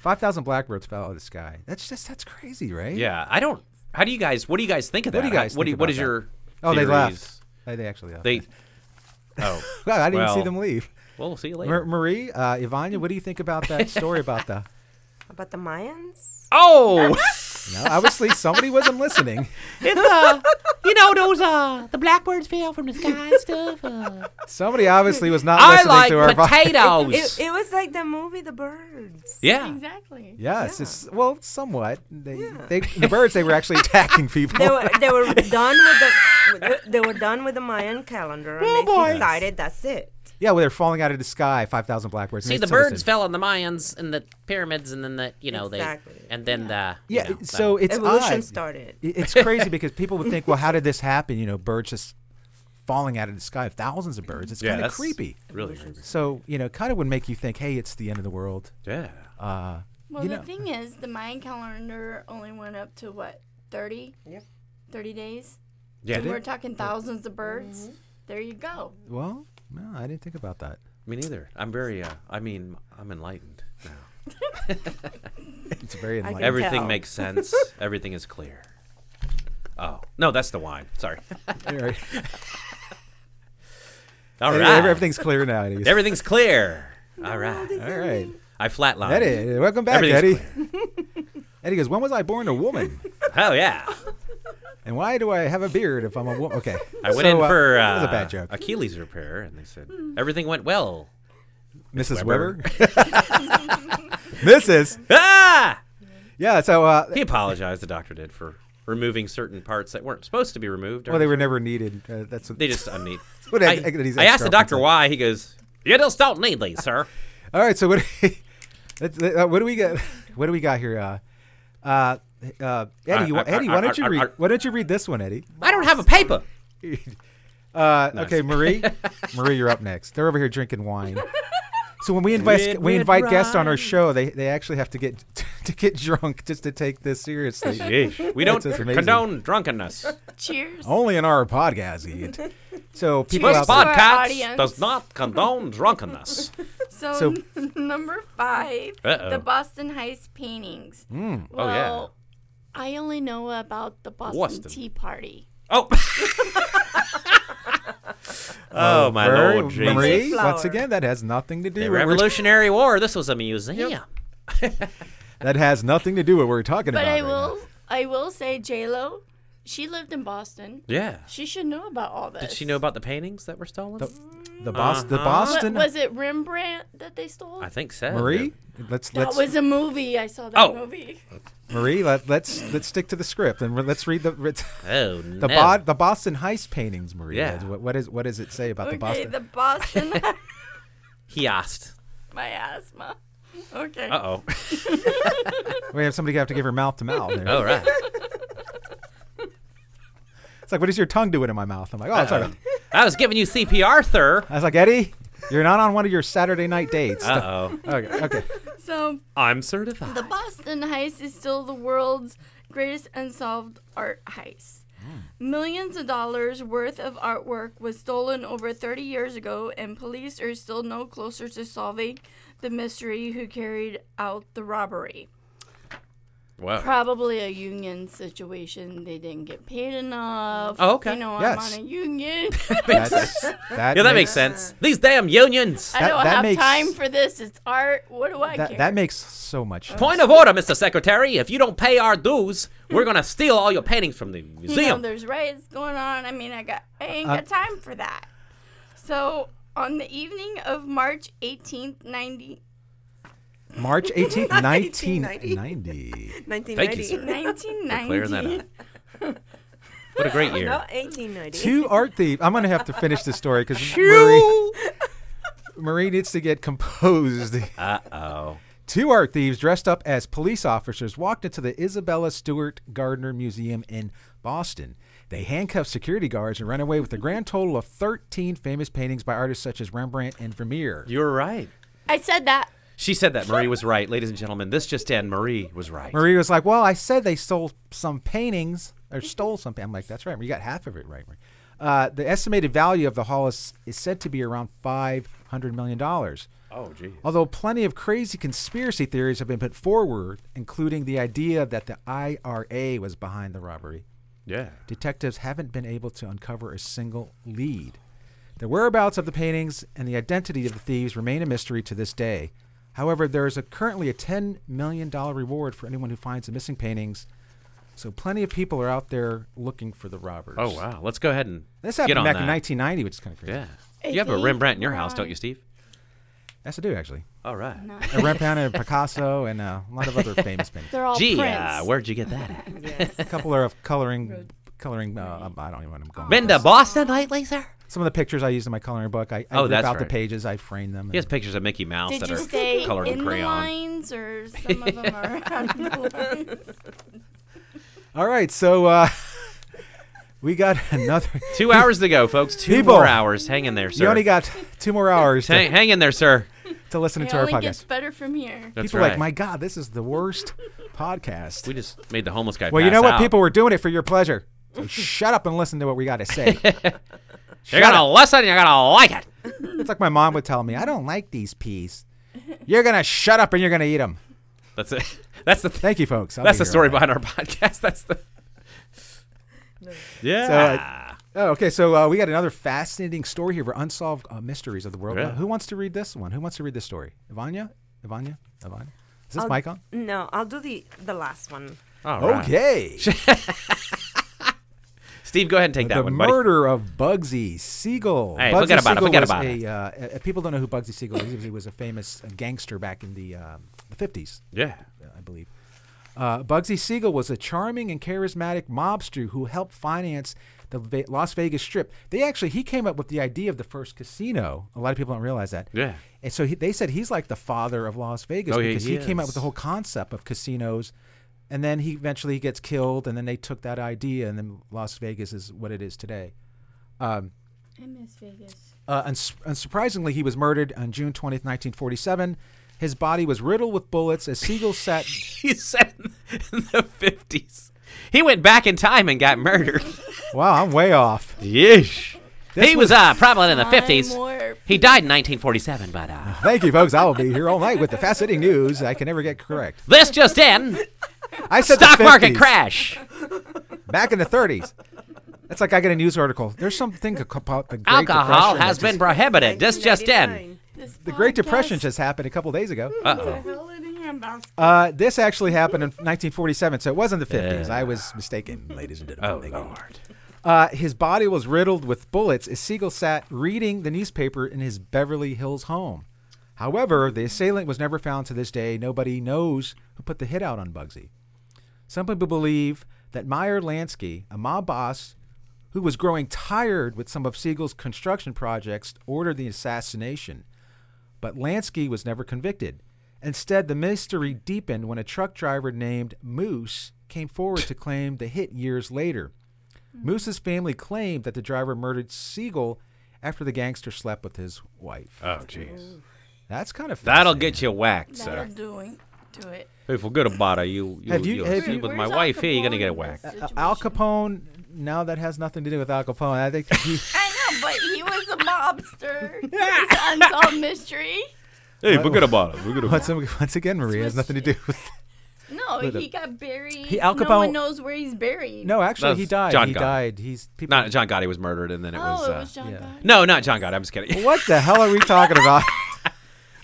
B: 5,000 blackbirds fell out of the sky. That's just, that's crazy, right?
A: yeah, I don't. How do you guys? What do you guys think of that?
B: What do you
A: How-
B: guys
A: What, do
B: think
A: you- what
B: about
A: is
B: that?
A: your?
B: Oh, they left.
A: theories?
B: Uh, They, they actually left.
A: They. Oh,
B: Well, I didn't even see
A: well,
B: them leave.
A: Well, we'll see you
B: Mar-
A: later.
B: Marie, uh, Ivania, what do you think about that story about the?
E: About the Mayans?
A: Oh,
B: No, obviously somebody wasn't listening.
A: it's uh, you know those uh, the blackbirds fell from the sky and stuff. Uh.
B: Somebody obviously was not
A: I
B: listening to our
A: like
B: advice.
A: potatoes.
E: It, it was like the movie The Birds.
A: yeah,
C: Exactly.
B: Yes, it's well, somewhat. They, they, the birds they were actually attacking people.
E: They were they were done with the with the- they were done with the Mayan calendar and
A: Oh,
E: they
A: boy.
E: decided that's it.
B: yeah, well, they're falling out of the sky, five thousand blackbirds.
F: See,
B: Makes
F: the
B: total
F: birds
B: sense.
F: fell on the Mayans and the pyramids, and then the you know
E: Exactly.
F: they and then the you
B: Yeah,
F: know,
B: it- so it's
E: Evolution
B: odd.
E: started.
B: It- It's crazy because people would think, well, how did this happen? You know, birds just falling out of the sky, thousands of birds. It's
A: yeah,
B: kind of
A: that's
B: creepy.
A: Really creepy.
B: So you know, kind of would make you think, hey, it's the end of the world.
A: Yeah.
B: Uh,
C: Well,
B: you
C: the
B: know,
C: thing is, the Mayan calendar only went up to what thirty.
E: Yep.
C: Thirty days.
A: Yeah.
C: And we're talking thousands of birds. There you go.
B: well, no, I didn't think about that.
A: Me neither. I'm very. Uh, I mean, I'm enlightened now.
B: It's very
E: can
B: enlightening.
A: Everything
E: tell.
A: makes sense. Everything is clear. Oh no, that's the wine. Sorry.
B: Every,
A: All right.
B: Everything's clear now. Eddie.
A: Everything's clear. All right.
B: All right.
A: I flatlined.
B: Eddie, welcome back, Eddie.
A: Everything's
B: Eddie goes, when was I born a woman?
A: Oh yeah.
B: and why do I have a beard if I'm a woman? Okay.
A: I went
B: So,
A: in
B: uh,
A: for
B: that
A: uh,
B: was a bad joke.
A: Achilles repair, and they said
C: Hmm.
A: everything went well.
B: Mrs. Weber.
A: Weber.
B: Mrs.
A: Ah!
B: Yeah, so, uh,
A: He apologized. The doctor did for removing certain parts that weren't supposed to be removed. or-
B: well, they were never needed. Uh, that's what
A: They just unneat.
B: what
A: I,
B: Ed- Eddie's
A: I asked the
B: ex-girlfriend
A: doctor
B: said.
A: why. He goes, "You just don't need these, sir."
B: All right, so what? let's- uh, what do we got? What do we got here? Uh, uh, uh, Eddie,
A: I-
B: wh- Eddie, why
A: I-
B: don't you
A: I-
B: read?
A: I-
B: Why don't you read this one, Eddie?
A: I don't have a paper.
B: Uh, okay, Marie, Marie, you're up next. They're over here drinking wine. So when we invite
A: Red,
B: we
A: red
B: invite guests on our
A: wine.
B: show, they, they actually have to get to get drunk just to take this seriously.
A: Yeesh. We
B: That's
A: don't
B: just amazing.
A: condone drunkenness.
C: Cheers.
A: Oh,
B: Only in our podcast. Ian. So people
A: This
C: Cheers
B: out there,
C: our
A: podcast
C: audience.
A: does not condone drunkenness.
C: So,
B: So-
C: n- number 5
A: Uh-oh.
C: the Boston Heist paintings. Mm,
A: oh, yeah.
C: I only know about the Boston,
A: Boston.
C: Tea Party.
A: Oh. oh my
B: Marie,
A: lord, Jesus.
B: Marie, once
E: Flower.
B: again, that has nothing to
A: The
B: do with what we're-
A: Revolutionary War. This was a museum.
B: that has nothing to do with what we're talking
C: But
B: about.
C: I
B: right now.
C: will, I will say, J Lo, she lived in Boston.
A: Yeah.
C: She should know about all this.
A: Did she know about the paintings that were stolen?
B: The, the, Bos- the
A: Uh-huh.
C: What,
B: Boston.
C: was it Rembrandt that they stole?
A: I think so.
B: Marie, let's
C: that
B: let's
C: was a movie. I saw that
A: Oh.
C: movie.
B: Marie, let, let's let's stick to the script and re- let's read the the,
A: Oh no.
B: the, Bod- the Boston heist paintings, Marie.
A: Yeah.
B: What, what is what does it say about
C: okay,
B: the Boston?
C: the Boston.
A: He asked.
C: my asthma. Okay.
A: Uh oh.
B: we have somebody have to give her mouth to mouth. there.
A: All right.
B: It's like, what is your tongue doing in my mouth? I'm like, oh, sorry.
A: I was giving you CPR, sir.
B: I was like, Eddie, you're not on one of your Saturday night dates.
A: Uh oh.
B: Okay, okay.
C: So
A: I'm certified.
C: The Boston heist is still the world's greatest unsolved art heist.
B: Hmm.
C: Millions of dollars worth of artwork was stolen over 30 years ago, and police are still no closer to solving the mystery who carried out the robbery.
A: Wow.
C: Probably a union situation. They didn't get paid enough.
A: Oh, okay.
C: You know,
B: Yes.
C: I'm on a union.
B: That's, that
A: Yeah, that makes sense. These damn unions.
C: Uh, I
B: That-
C: don't
B: that
C: have
B: makes-
C: time for this. It's art. What do I
B: That,
C: care?
B: that makes so much
E: Uh,
B: sense.
A: Point of order, Mr. Secretary. If you don't pay our dues, we're gonna steal all your paintings from the
C: you know,
A: museum.
C: there's riots going on. I mean, I got I ain't
A: Uh,
C: got time for that. So on the evening of March 18th, 90,
B: March 18th,
E: 1990.
B: 1990.
E: Nineteen
A: Thank you,
E: ninety.
A: sir. Clearing that
C: 1990,
A: up. What a great
E: No,
A: year.
E: eighteen ninety.
B: two art thieves. I'm gonna have to finish the story because Marie, Marie needs to get composed.
A: Uh oh.
B: Two art thieves dressed up as police officers walked into the Isabella Stewart Gardner Museum in Boston. They handcuffed security guards and ran away with a grand total of 13 famous paintings by artists such as Rembrandt and Vermeer.
A: You're right.
C: I said that.
A: She said that Marie was right, ladies and gentlemen. This just in, Marie was right.
B: Marie was like, "Well, I said they stole some paintings or stole something." I'm like, "That's right. You got half of it right." Marie. Uh, the estimated value of the haul is, is said to be around five hundred million dollars.
A: Oh, gee.
B: Although plenty of crazy conspiracy theories have been put forward, including the idea that the IRA was behind the robbery,
A: Yeah.
B: detectives haven't been able to uncover a single lead. The whereabouts of the paintings and the identity of the thieves remain a mystery to this day. However, there is a, currently a $10 million reward for anyone who finds the missing paintings, so plenty of people are out there looking for the robbers.
A: Oh, wow. Let's go ahead and
B: This
A: get
B: happened
A: on
B: back
A: that.
B: in 1990, which is kind of crazy.
A: Yeah.
C: I
A: you have a
C: think
A: Rembrandt in your house,
C: we're
A: don't
C: on-
A: you, Steve?
B: Yes, I do, actually.
A: All right.
B: And Rembrandt and Picasso and uh, a lot of other famous paintings.
C: They're all
A: Gee,
C: prints.
A: uh, where'd you get that at?
B: A couple are of coloring, coloring. Uh, I don't even know what I'm going.
A: Been to Boston lately, sir?
B: Some of the pictures I used in my coloring book, I, I
A: Oh,
B: rip
A: that's
B: out the
A: right.
B: pages, I frame them.
A: He has
B: and-
A: pictures of Mickey Mouse
C: Did
A: that
C: you
A: are
C: stay
A: colored in
C: in the
A: crayon.
C: lines, or some of them are out of the lines?
B: All right, so uh, we got another.
A: Two hours to go, folks. Two
B: People.
A: more hours. Hang in there, sir.
B: you only got two more hours
A: hang,
B: to,
A: hang in there, sir.
B: to listen
C: It
B: to our
C: only
B: podcast.
C: gets better from here.
A: That's
B: people are
A: right.
B: like, my God, this is the worst podcast.
A: We just made the homeless guy.
B: well, you know
A: pass
B: what?
A: out.
B: People were doing it for your pleasure. So shut up and listen to what we got to say.
A: You're gonna listen. You're gonna like it.
B: it's like my mom would tell me, I don't like these peas. You're gonna shut up and you're gonna eat them.
A: That's it. That's the.
B: Thank you, folks. I'll
A: that's the
B: be here
A: story
B: all night.
A: behind our podcast. That's the. Yeah. ah.
B: Oh, okay. So uh, we got another fascinating story here for unsolved uh, mysteries of the world.
A: Yeah.
B: Uh, who wants to read this one? Who wants to read this story? Ivania? Ivania? Ivania? Is this
E: I'll-
B: mic on?
E: No, I'll do the the last one.
A: All right.
B: Okay.
A: Steve, go ahead and take that
B: the
A: one, buddy.
B: murder of Bugsy Siegel.
A: Hey,
B: Bugsy
A: forget about it,
B: Siegel
A: forget
B: was
A: about
B: a,
A: it.
B: Uh, uh, people don't know who Bugsy Siegel is. He was a famous gangster back in the, um, the 50s.
A: Yeah.
B: uh, I believe. Uh, Bugsy Siegel was a charming and charismatic mobster who helped finance the Ve- Las Vegas Strip. They actually he came up with the idea of the first casino. A lot of people don't realize that.
A: Yeah.
B: And so he, they said he's like the father of Las Vegas
A: Oh, yeah,
B: because
A: he
B: he, came up
A: is.
B: with the whole concept of casinos. And then he eventually gets killed, and then they took that idea, and then Las Vegas is what it is today.
C: I miss Vegas.
B: Uh, uns- unsurprisingly, he was murdered on June 20th, 1947. His body was riddled with bullets as Siegel sat
A: He said in the fifties. He went back in time and got murdered.
B: Wow, I'm way off.
A: Yeesh.
B: This
A: He was uh, probably in the
C: Time
A: 50s.
C: warp.
A: He died in 1947, but uh,
B: Thank you, folks. I will be here all night with the fascinating news I can never get correct.
A: this just in
B: I said the
A: stock market
B: 50s,
A: crash.
B: back in the 30s. That's like I get a news article. There's something about the Great
A: Alcohol
B: Depression.
A: has
B: that
A: been
B: just-
A: prohibited. This just in.
E: 1999.
C: This
B: the Great Depression
C: podcast
B: just happened a couple days ago.
A: Uh oh.
C: fell in a handbasket.
B: Uh, this actually happened in 1947, so it wasn't the 50s. I was mistaken, ladies and
A: Oh
B: gentlemen.
A: lord.
B: Uh, his body was riddled with bullets as Siegel sat reading the newspaper in his Beverly Hills home. However, the assailant was never found to this day. Nobody knows who put the hit out on Bugsy. Some people believe that Meyer Lansky, a mob boss who was growing tired with some of Siegel's construction projects, ordered the assassination. But Lansky was never convicted. Instead, the mystery deepened when a truck driver named Moose came forward to claim the hit years later. Moose's family claimed that the driver murdered Siegel after the gangster slept with his wife.
A: Oh jeez.
B: That's kind of
A: That'll
B: fascinating.
A: get you whacked,
C: That'll
A: sir.
C: do it. Do it.
A: Hey, forget about it. You you
B: Have you-
A: you
B: have
A: sleep
B: you-
A: with my
C: Where's Al
A: wife here. You're gonna
C: Capone
A: get
C: in
A: whacked.
C: this
B: Uh, Al
C: situation?
B: Capone. No, that has nothing to do with Al Capone. I think he,
C: I know, but he was a mobster. It's an unsolved mystery.
A: Hey, forget about it. Forget
B: once, once again, Maria has nothing to do with.
C: No,
B: Wait a-
C: he got buried.
B: He- Al
C: no
B: Capone-
C: one knows where he's buried.
B: No, actually,
A: That's
B: he died.
A: John
B: he
A: Gotti.
B: died. He's people.
A: Not John Gotti was murdered, and then it
C: Oh,
A: was. Uh,
C: John
B: yeah.
C: Gotti.
A: no, not John Gotti. I'm just kidding.
B: what the hell are we talking about?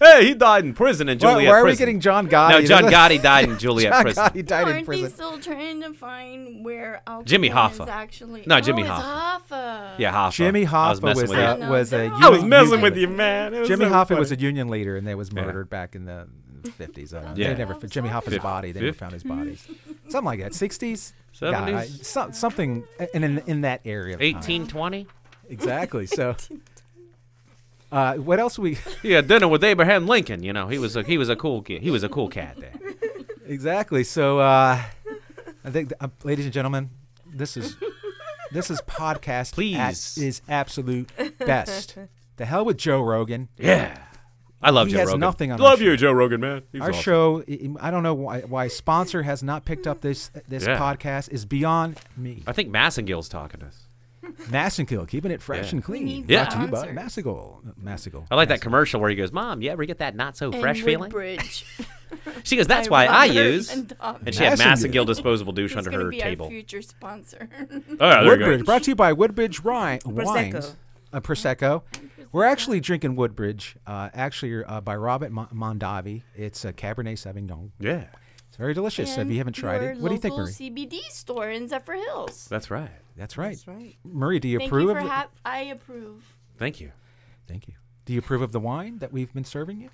A: hey, he died in prison in
B: Why-
A: Juliet
B: why are we
A: prison.
B: getting John Gotti?
A: No, John
B: Doesn't-
A: Gotti died in Juliet
B: John
A: prison.
B: Gotti died in
C: Aren't they
B: prison.
C: still trying to find where Al
A: Jimmy
C: Capone is
A: Hoffa.
C: Actually,
A: No,
C: oh,
A: Jimmy
C: it's
A: Hoffa.
C: Hoffa.
A: Yeah, Hoffa.
B: Uh-huh. Jimmy
A: I
B: Hoffa
A: was messing
B: was,
A: with
B: uh,
A: you.
C: you.
B: was a.
C: I
A: I was
B: union
A: messing
B: leader.
A: with you, man. It was
B: Jimmy
A: so
B: Hoffa
A: funny.
B: was a union leader, and they was murdered back in the fifties. Uh,
A: Yeah.
B: They never Jimmy Hoffa's
A: Fif-
B: body. They never
A: fif-
B: found his body. Something like that. Sixties.
A: 70s?
B: so, something in, in in that area. Of time.
A: 1820.
B: Exactly. So. Uh, what else we
A: He had dinner with Abraham Lincoln. You know, he was a he was a cool kid. He was a cool cat. There.
B: exactly? So uh, I think, uh, ladies and gentlemen, this is this is podcast. at
A: Please.
B: is absolute best. the hell with Joe Rogan.
A: Yeah, I love
B: He
A: Joe
B: has
A: Rogan.
B: nothing on
A: love
B: our
A: you, Joe Rogan, man. He's
B: Our
A: awesome.
B: show, I- I don't know why, why sponsor has not picked up this this
A: Yeah. Uh,
B: podcast is beyond me.
A: I think Massengill's talking to us.
B: Massigal, keeping it fresh and clean.
C: need
A: Yeah.
B: Brought to you by
C: sponsors.
B: Massigal. Massigal.
A: I like that commercial where he goes, "Mom, you ever get that not so fresh
C: and
A: feeling?"
C: Woodbridge.
A: She goes, "That's why I
C: Robert
A: use."
C: And, Tom.
A: And she had
B: Massengill.
A: Massengill disposable douche
C: He's
A: under
C: gonna
A: her
C: be
A: table.
C: Our future sponsor.
A: Oh, yeah, there you go.
B: Woodbridge, brought to you by Woodbridge Rye, Wines.
E: Prosecco.
B: A Prosecco. We're actually drinking Woodbridge, uh, actually uh, by Robert Mon- Mondavi. It's a Cabernet Sauvignon.
A: Yeah,
B: It's very delicious. if you haven't tried
C: your
B: it, what do you think,
C: local
B: Marie?
C: CBD store in Zephyr Hills.
A: that's right.
B: That's right.
E: That's right.
B: Marie, do you
C: Thank
B: approve
C: you
B: of
C: for
B: the-
C: hap- I approve.
A: Thank you.
B: Thank you. Do you approve of the wine that we've been serving you?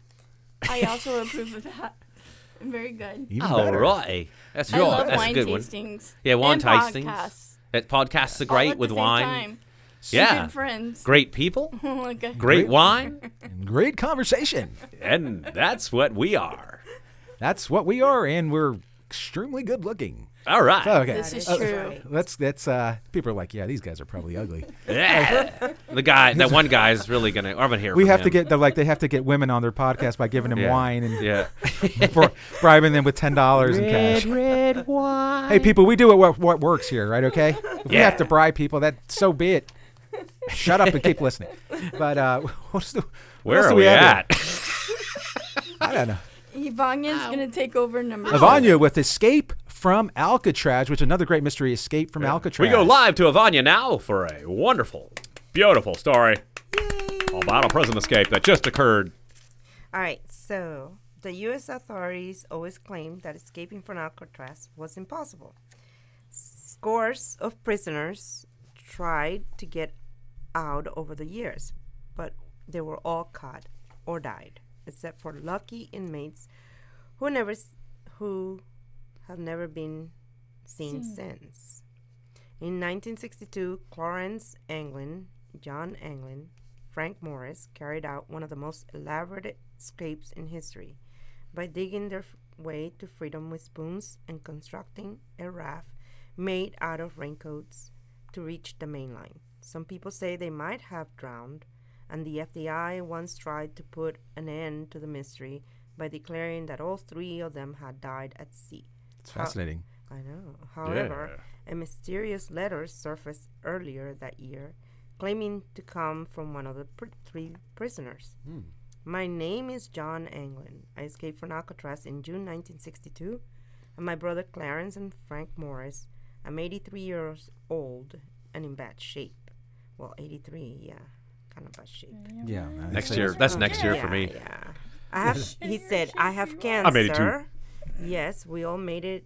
C: I also approve of that. Very good.
B: Even
A: All
B: better.
A: right, that's
C: I
A: right.
C: love
A: that's
C: wine
A: a good one.
C: tastings.
A: Yeah, wine
C: and
A: tastings.
C: Podcasts.
A: That podcasts are
C: All
A: great
C: at
A: with
C: the same
A: wine.
C: time.
A: Yeah,
C: Good friends. uh,
A: great people,
C: Okay.
A: great wine,
B: And Great conversation.
A: and that's what we are.
B: That's what we are, and we're extremely good looking.
A: All right.
B: Okay.
C: This is
B: Uh,
C: true.
B: Let's. That's. Uh, people are like, yeah, these guys are probably ugly.
A: Yeah. the guy, that one guy is really gonna. I'm gonna hear.
B: We
A: from
B: have to
A: him.
B: get. They're like, they have to get women on their podcast by giving them
A: Yeah.
B: wine and
A: Yeah.
B: bri- bribing them with ten dollars in cash.
A: red wine.
B: Hey, people, we do what what works here, right? Okay. If we
A: Yeah.
B: have to bribe people, that so be it. Shut up and keep listening. But uh, what's the, what
A: Where
B: else do
A: are we
B: have here?
A: at?
B: I don't know.
C: Ivanya's gonna take over number.
B: Ivania with Escape from Alcatraz, which is another great mystery, Escape from Alcatraz.
A: We go live to Avanya now for a wonderful, beautiful story about a prison escape that just occurred.
E: All right, so the U.S. authorities always claimed that escaping from Alcatraz was impossible. Scores of prisoners tried to get out over the years, but they were all caught or died, except for lucky inmates who never s- who have never been seen since. In 1962, Clarence Anglin, John Anglin, Frank Morris carried out one of the most elaborate escapes in history by digging their f- way to freedom with spoons and constructing a raft made out of raincoats to reach the mainland. Some people say they might have drowned, and the FBI once tried to put an end to the mystery by declaring that all three of them had died at sea.
B: It's fascinating.
C: Oh.
E: I know. However, a mysterious letter surfaced earlier that year claiming to come from one of the pr- three prisoners. My name is John Anglin. I escaped from Alcatraz in June 1962, and my brother Clarence and Frank Morris. I'm 83 years old and in bad shape. Well, 83, yeah, kind of bad shape.
B: Yeah. man,
A: Next
B: it's-
A: year. That's next year for
E: Oh, Yeah,
A: me.
E: Yeah. I have. He said, "I have cancer."
A: I made it too.
E: Yes, we all made it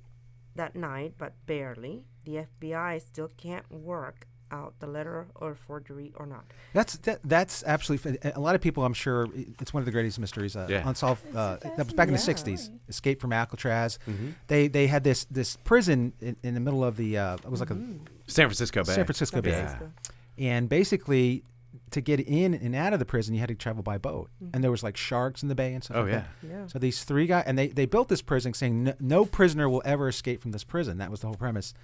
E: that night, but barely. The FBI still can't work out the letter or forgery or not.
B: That's that, that's absolutely. fa- A lot of people, I'm sure, it's one of the greatest mysteries. Uh,
A: Yeah.
B: Unsolved. Uh, that was back in the '60s. Escape from Alcatraz. They they had this this prison in, in the middle of the. Uh, it was like
A: San Francisco
B: a
A: Bay.
B: San Francisco Bay,
E: Francisco.
B: and basically. To get in and out of the prison, you had to travel by boat, and there was like sharks in the bay and stuff.
A: Oh,
B: like
A: yeah.
B: that.
E: Yeah.
B: So these three guys, and they, they built this prison saying no, no prisoner will ever escape from this prison. That was the whole premise.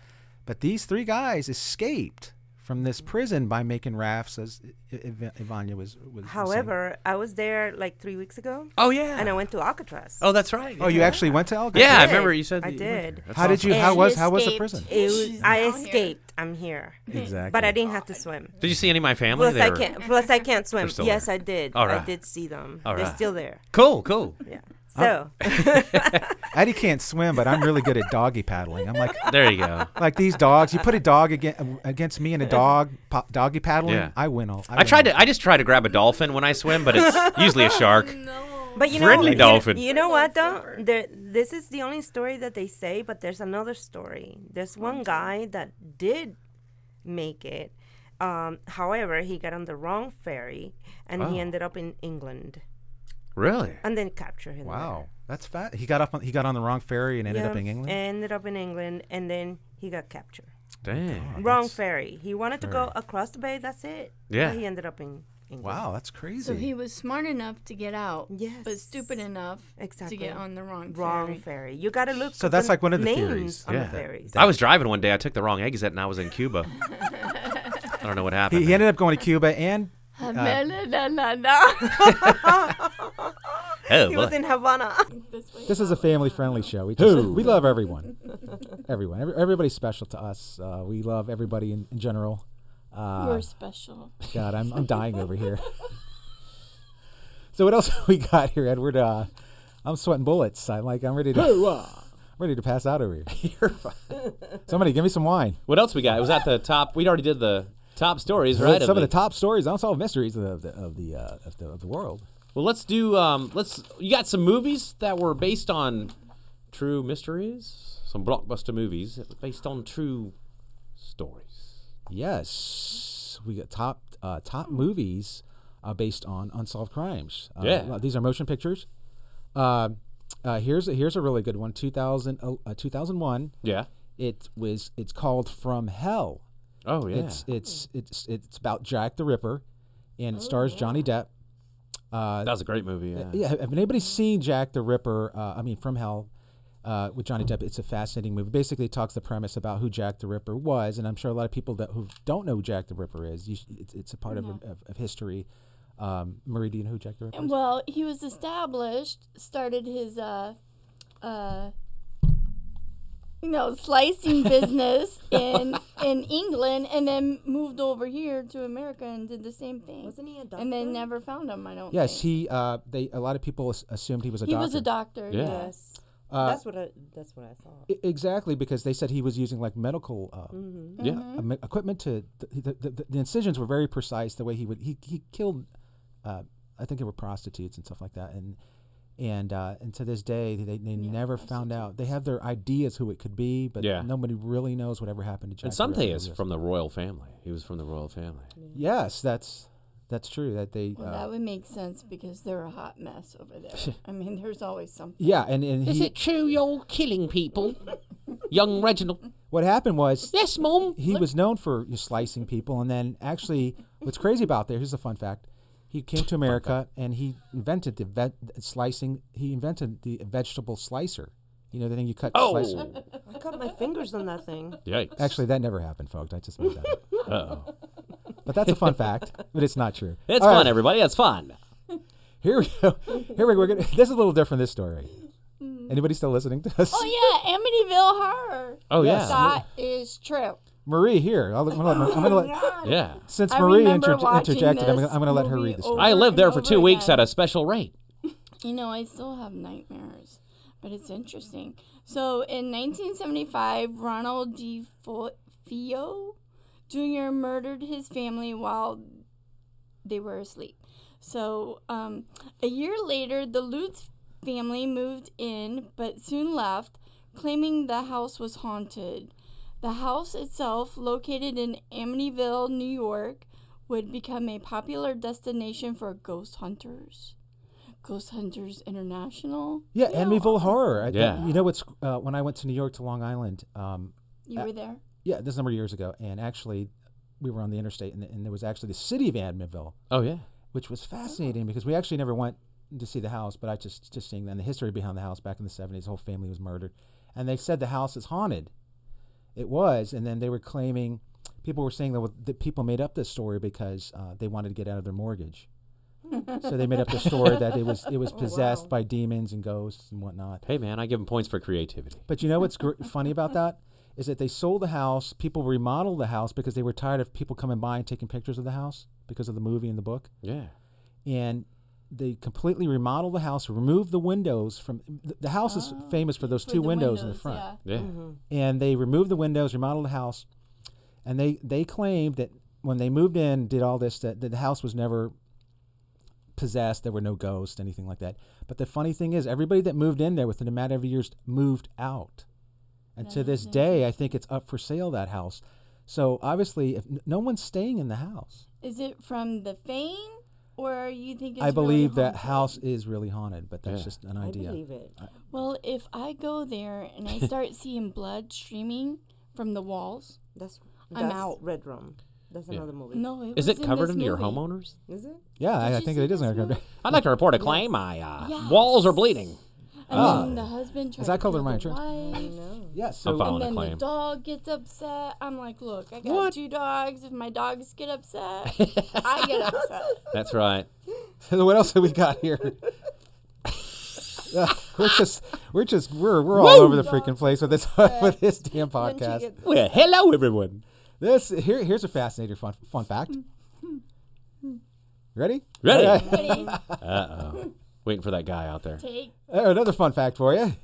B: But these three guys escaped from this prison by making rafts, as I- I- Iv- Ivania was, was- was. saying.
E: However, I was there like three weeks ago,
A: Oh yeah.
E: and I went to Alcatraz.
A: Oh, that's right.
B: oh, you actually went to Alcatraz?
A: Yeah, I
E: did.
A: remember you said.
E: I
A: that you went
E: did.
A: there. That's
B: How did
A: awesome.
B: you? How
C: And
B: was how was the
C: escaped.
B: prison?
E: It was.
C: She's
E: I
C: down here.
E: escaped. I'm here,
B: Exactly.
E: but I didn't have to swim.
A: Did you see any of my family?
E: Plus,
A: They
E: I
A: were-
E: can't. Plus, I can't swim.
A: still
E: Yes,
A: there.
E: I did.
A: All
E: I
A: right.
E: did see them.
A: All
E: They're
A: right.
E: still there.
A: Cool, cool.
E: Yeah. So
B: Eddie can't swim, but I'm really good at doggy paddling. I'm like
A: There you go.
B: like these dogs. You put a dog against, against me and a dog po- doggy paddling.
A: Yeah.
B: I win all. I,
A: I
B: win
A: tried
B: all.
A: to. I just try to grab a dolphin when I swim, but it's usually a shark.
E: But you
A: Friendly
E: know, you-
A: dolphin.
E: You, know what though? There, this is the only story that they say, but there's another story. There's one guy that did make it. Um, however, he got on the wrong ferry and he
A: Oh.
E: ended up in England
A: Really?
E: and then captured him.
B: Wow, that's fat. He got off. On, he got on the wrong ferry and ended up in England. Oh,
E: Ended up in England and then he got captured.
A: Dang.
E: wrong ferry. He wanted to go across the bay. That's it. But
A: Yeah.
E: he ended up in England.
B: Wow, that's crazy.
C: So he was smart enough to get out, but
E: Yes.
C: stupid enough
E: Exactly.
C: to get on the wrong
E: Wrong
C: ferry.
E: ferry. You got to look.
B: So
E: up
B: that's like one of the
E: names
B: theories.
E: On
A: Yeah.
E: the ferries.
A: I was driving one day. I took the wrong exit and I was in Cuba. I don't know what happened.
B: He, he ended up going to Cuba and
C: Ah, la, la, la, la, la.
A: oh,
E: he
A: boy.
E: was in Havana.
B: this is a family friendly show. We, just, we love everyone. Everyone. Every, everybody's special to us. Uh, we love everybody in, in general. Uh,
C: You're special.
B: God, I'm, I'm dying over here. so what else we got here, Edward? Uh, I'm sweating bullets. I'm like I'm ready to I'm ready to pass out over here.
G: You're fine.
B: Somebody give me some wine.
G: What else we got? It was at the top. We already did the top stories, right?
B: some of the top stories, unsolved mysteries of the of the uh, of the, of the world.
G: Well, let's do. Um, let's. You got some movies that were based on true mysteries, some blockbuster movies that were based on true stories.
B: Yes, we got top uh,
G: Hmm.
B: top movies uh, based on unsolved crimes. Uh,
G: Yeah.
B: well, these are motion pictures. Uh, uh, here's a, here's a really good one. 2000, uh, uh, 2001.
G: Yeah.
B: It was it's called From Hell.
G: Oh yeah.
B: It's it's it's it's about Jack the Ripper, and
G: Oh,
B: it stars Johnny Depp. Uh,
G: that was a great movie. Yeah.
B: yeah, have anybody seen Jack the Ripper? Uh, I mean, From Hell uh, with Johnny Depp. It's a fascinating movie. Basically, it talks the premise about who Jack the Ripper was, and I'm sure a lot of people that who don't know who Jack the Ripper is. You, sh- it's, it's a part of,
C: Mm-hmm.
B: of, of history. Um, Marie, do you know who Jack the Ripper is?
C: Well, he was established, started his uh uh you know, slicing business in in England and then moved over here to America and did the same thing.
E: Wasn't he a
C: And they
E: doctor?
C: never found him, I don't
B: Yes,
C: think.
B: he. Uh, they a lot of people as- assumed he was a
C: He
B: doctor.
C: was a doctor,
G: Yeah.
C: yeah.
E: Yes.
G: Uh,
E: that's what I. That's what I thought.
B: I- E, exactly because they said he was using like medical uh,
C: Mm.
G: Yeah.
B: um, equipment to the, the, the, the incisions were very precise the way he would he, he killed uh, i think they were prostitutes and stuff like that and and uh, and to this day they, they never found out they have their ideas who it could be but
G: Yeah.
B: nobody really knows whatever happened to Jack
G: And
B: the
G: something
B: Ripper.
G: is from the royal family. He was from the royal family.
B: yes that's that's true that they
C: Well,
B: uh,
C: that would make sense because they're a hot mess over there. I mean, there's always something.
B: yeah and, and
A: Is
B: he,
A: it true you're killing people? Young Reginald.
B: what happened was
A: Yes, Mum.
B: he was known for you know, slicing people and then actually what's crazy about there here's a fun fact he came to america and he invented the ve- slicing he invented the vegetable slicer you know the thing you cut
G: Oh.
B: slicer.
E: I cut my fingers on that thing.
G: Yikes.
B: actually that never happened folks i just made that up
G: Uh-oh.
B: but that's a fun fact but it's not true
G: It's
B: All
G: fun,
B: right,
G: everybody. It's fun.
B: here we go here we go We're gonna, this is a little different this story anybody still listening to us
C: Oh yeah, Amityville horror.
G: Oh
B: Yes.
G: yeah.
C: That is true.
B: marie here I'll, I'm gonna, let- I'm gonna let,
G: Yeah.
B: since
C: Oh, I
B: marie
C: remember
B: interj-
C: watching
B: interjected I'm gonna,
C: this
B: I'm gonna let her
C: movie
B: read the story
C: over
G: I lived there
C: and
G: for
C: over
G: two weeks
C: again.
G: at a special rate.
C: You know, I still have nightmares, but it's interesting. So in 1975, Ronald D. Fo- Feo Jr. murdered his family while they were asleep. So um, a year later, the Lutz family moved in but soon left, claiming the house was haunted. The house itself, located in Amityville, New York, would become a popular destination for ghost hunters. Ghost Hunters International.
B: Yeah, Amityville Horror. I,
G: Yeah.
B: You know what's uh, when I went to New York to Long Island. Um,
C: You were there.
B: yeah, this is a number of years ago, and actually, we were on the interstate, and, and there was actually the city of Amityville,
G: Oh yeah.
B: which was fascinating because we actually never went to see the house, but I just just seeing then the history behind the house back in the seventies, the whole family was murdered, and they said the house is haunted. It was, and then they were claiming people were saying that, that people made up this story because uh, they wanted to get out of their mortgage. so they made up the story that it was it was possessed by demons and ghosts and whatnot.
G: Hey man, I give him points for creativity.
B: But you know what's gr- funny about that is that they sold the house. People remodeled the house because they were tired of people coming by and taking pictures of the house because of the movie and the book.
G: Yeah.
B: And they completely remodeled the house, removed the windows from the, the house is famous for those
C: For
B: two
C: Oh, the
B: windows, in the front.
C: yeah.
G: Yeah.
B: And they removed the windows, remodeled the house, and they they claimed that when they moved in, did all this that, that the house was never possessed. There were no ghosts, anything like that. But the funny thing is, everybody that moved in there within a matter of years moved out. And to this day, I think it's up for sale that house. So obviously, if n- no one's staying in the house,
C: Is it from the fame, or you think it's
B: I believe
C: really
B: that
C: haunted?
B: house is really haunted. But that's
G: Yeah.
B: just an
E: I
B: idea.
E: believe it.
C: Well, if I go there and I start seeing blood streaming from the walls,
E: That's
C: I'm
E: that's
C: out.
E: Red Rum. That's
G: Yeah.
E: another movie.
C: no, it
G: Is
C: was
G: it covered
C: in this
G: under your
C: movie.
G: homeowners?
E: Is it?
B: Yeah, I,
C: Did
B: I
C: you
B: think
C: see
B: it is.
C: this
B: in our-
C: movie?
G: I'd like to report a claim. My uh,
C: Yes.
G: walls are bleeding.
C: And
B: Ah.
C: then the husband tries
B: that
C: to
B: called
C: kill
B: in my
C: the
B: insurance?
C: wife,
B: Yeah. So
G: fine.
C: And
G: Filing a
C: then the
G: claim.
C: dog gets upset. I'm like, look, I got
G: What?
C: two dogs. If my dogs get upset, I get upset.
G: That's right.
B: So what else have we got here? Uh, we're just, we're just, we're, we're all over the freaking place with this, with this damn
E: When she
B: podcast.
E: gets-
G: Well, hello everyone.
B: This here here's a fascinating fun fun fact. Ready? Uh,
G: Ready?
B: All right.
G: Waiting for that guy out there.
C: Take
B: Uh, Another fun fact for you.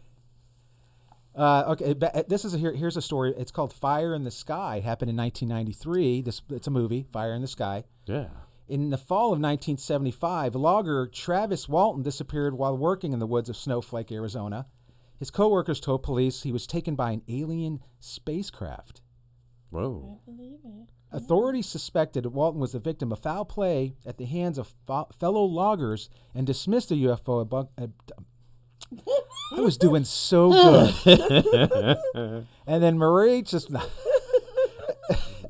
B: Uh, okay, ba- uh, this is a, here, here's a story. It's called Fire in the Sky. It happened in 1993. This it's a movie, Fire in the Sky.
G: Yeah.
B: In the fall of 1975, logger Travis Walton disappeared while working in the woods of Snowflake, Arizona. His coworkers told police he was taken by an alien spacecraft.
G: Whoa.
B: Authorities suspected Walton was the victim of foul play at the hands of fo- fellow loggers and dismissed the UFO. Abu- ab- I was doing so good. and then Marie just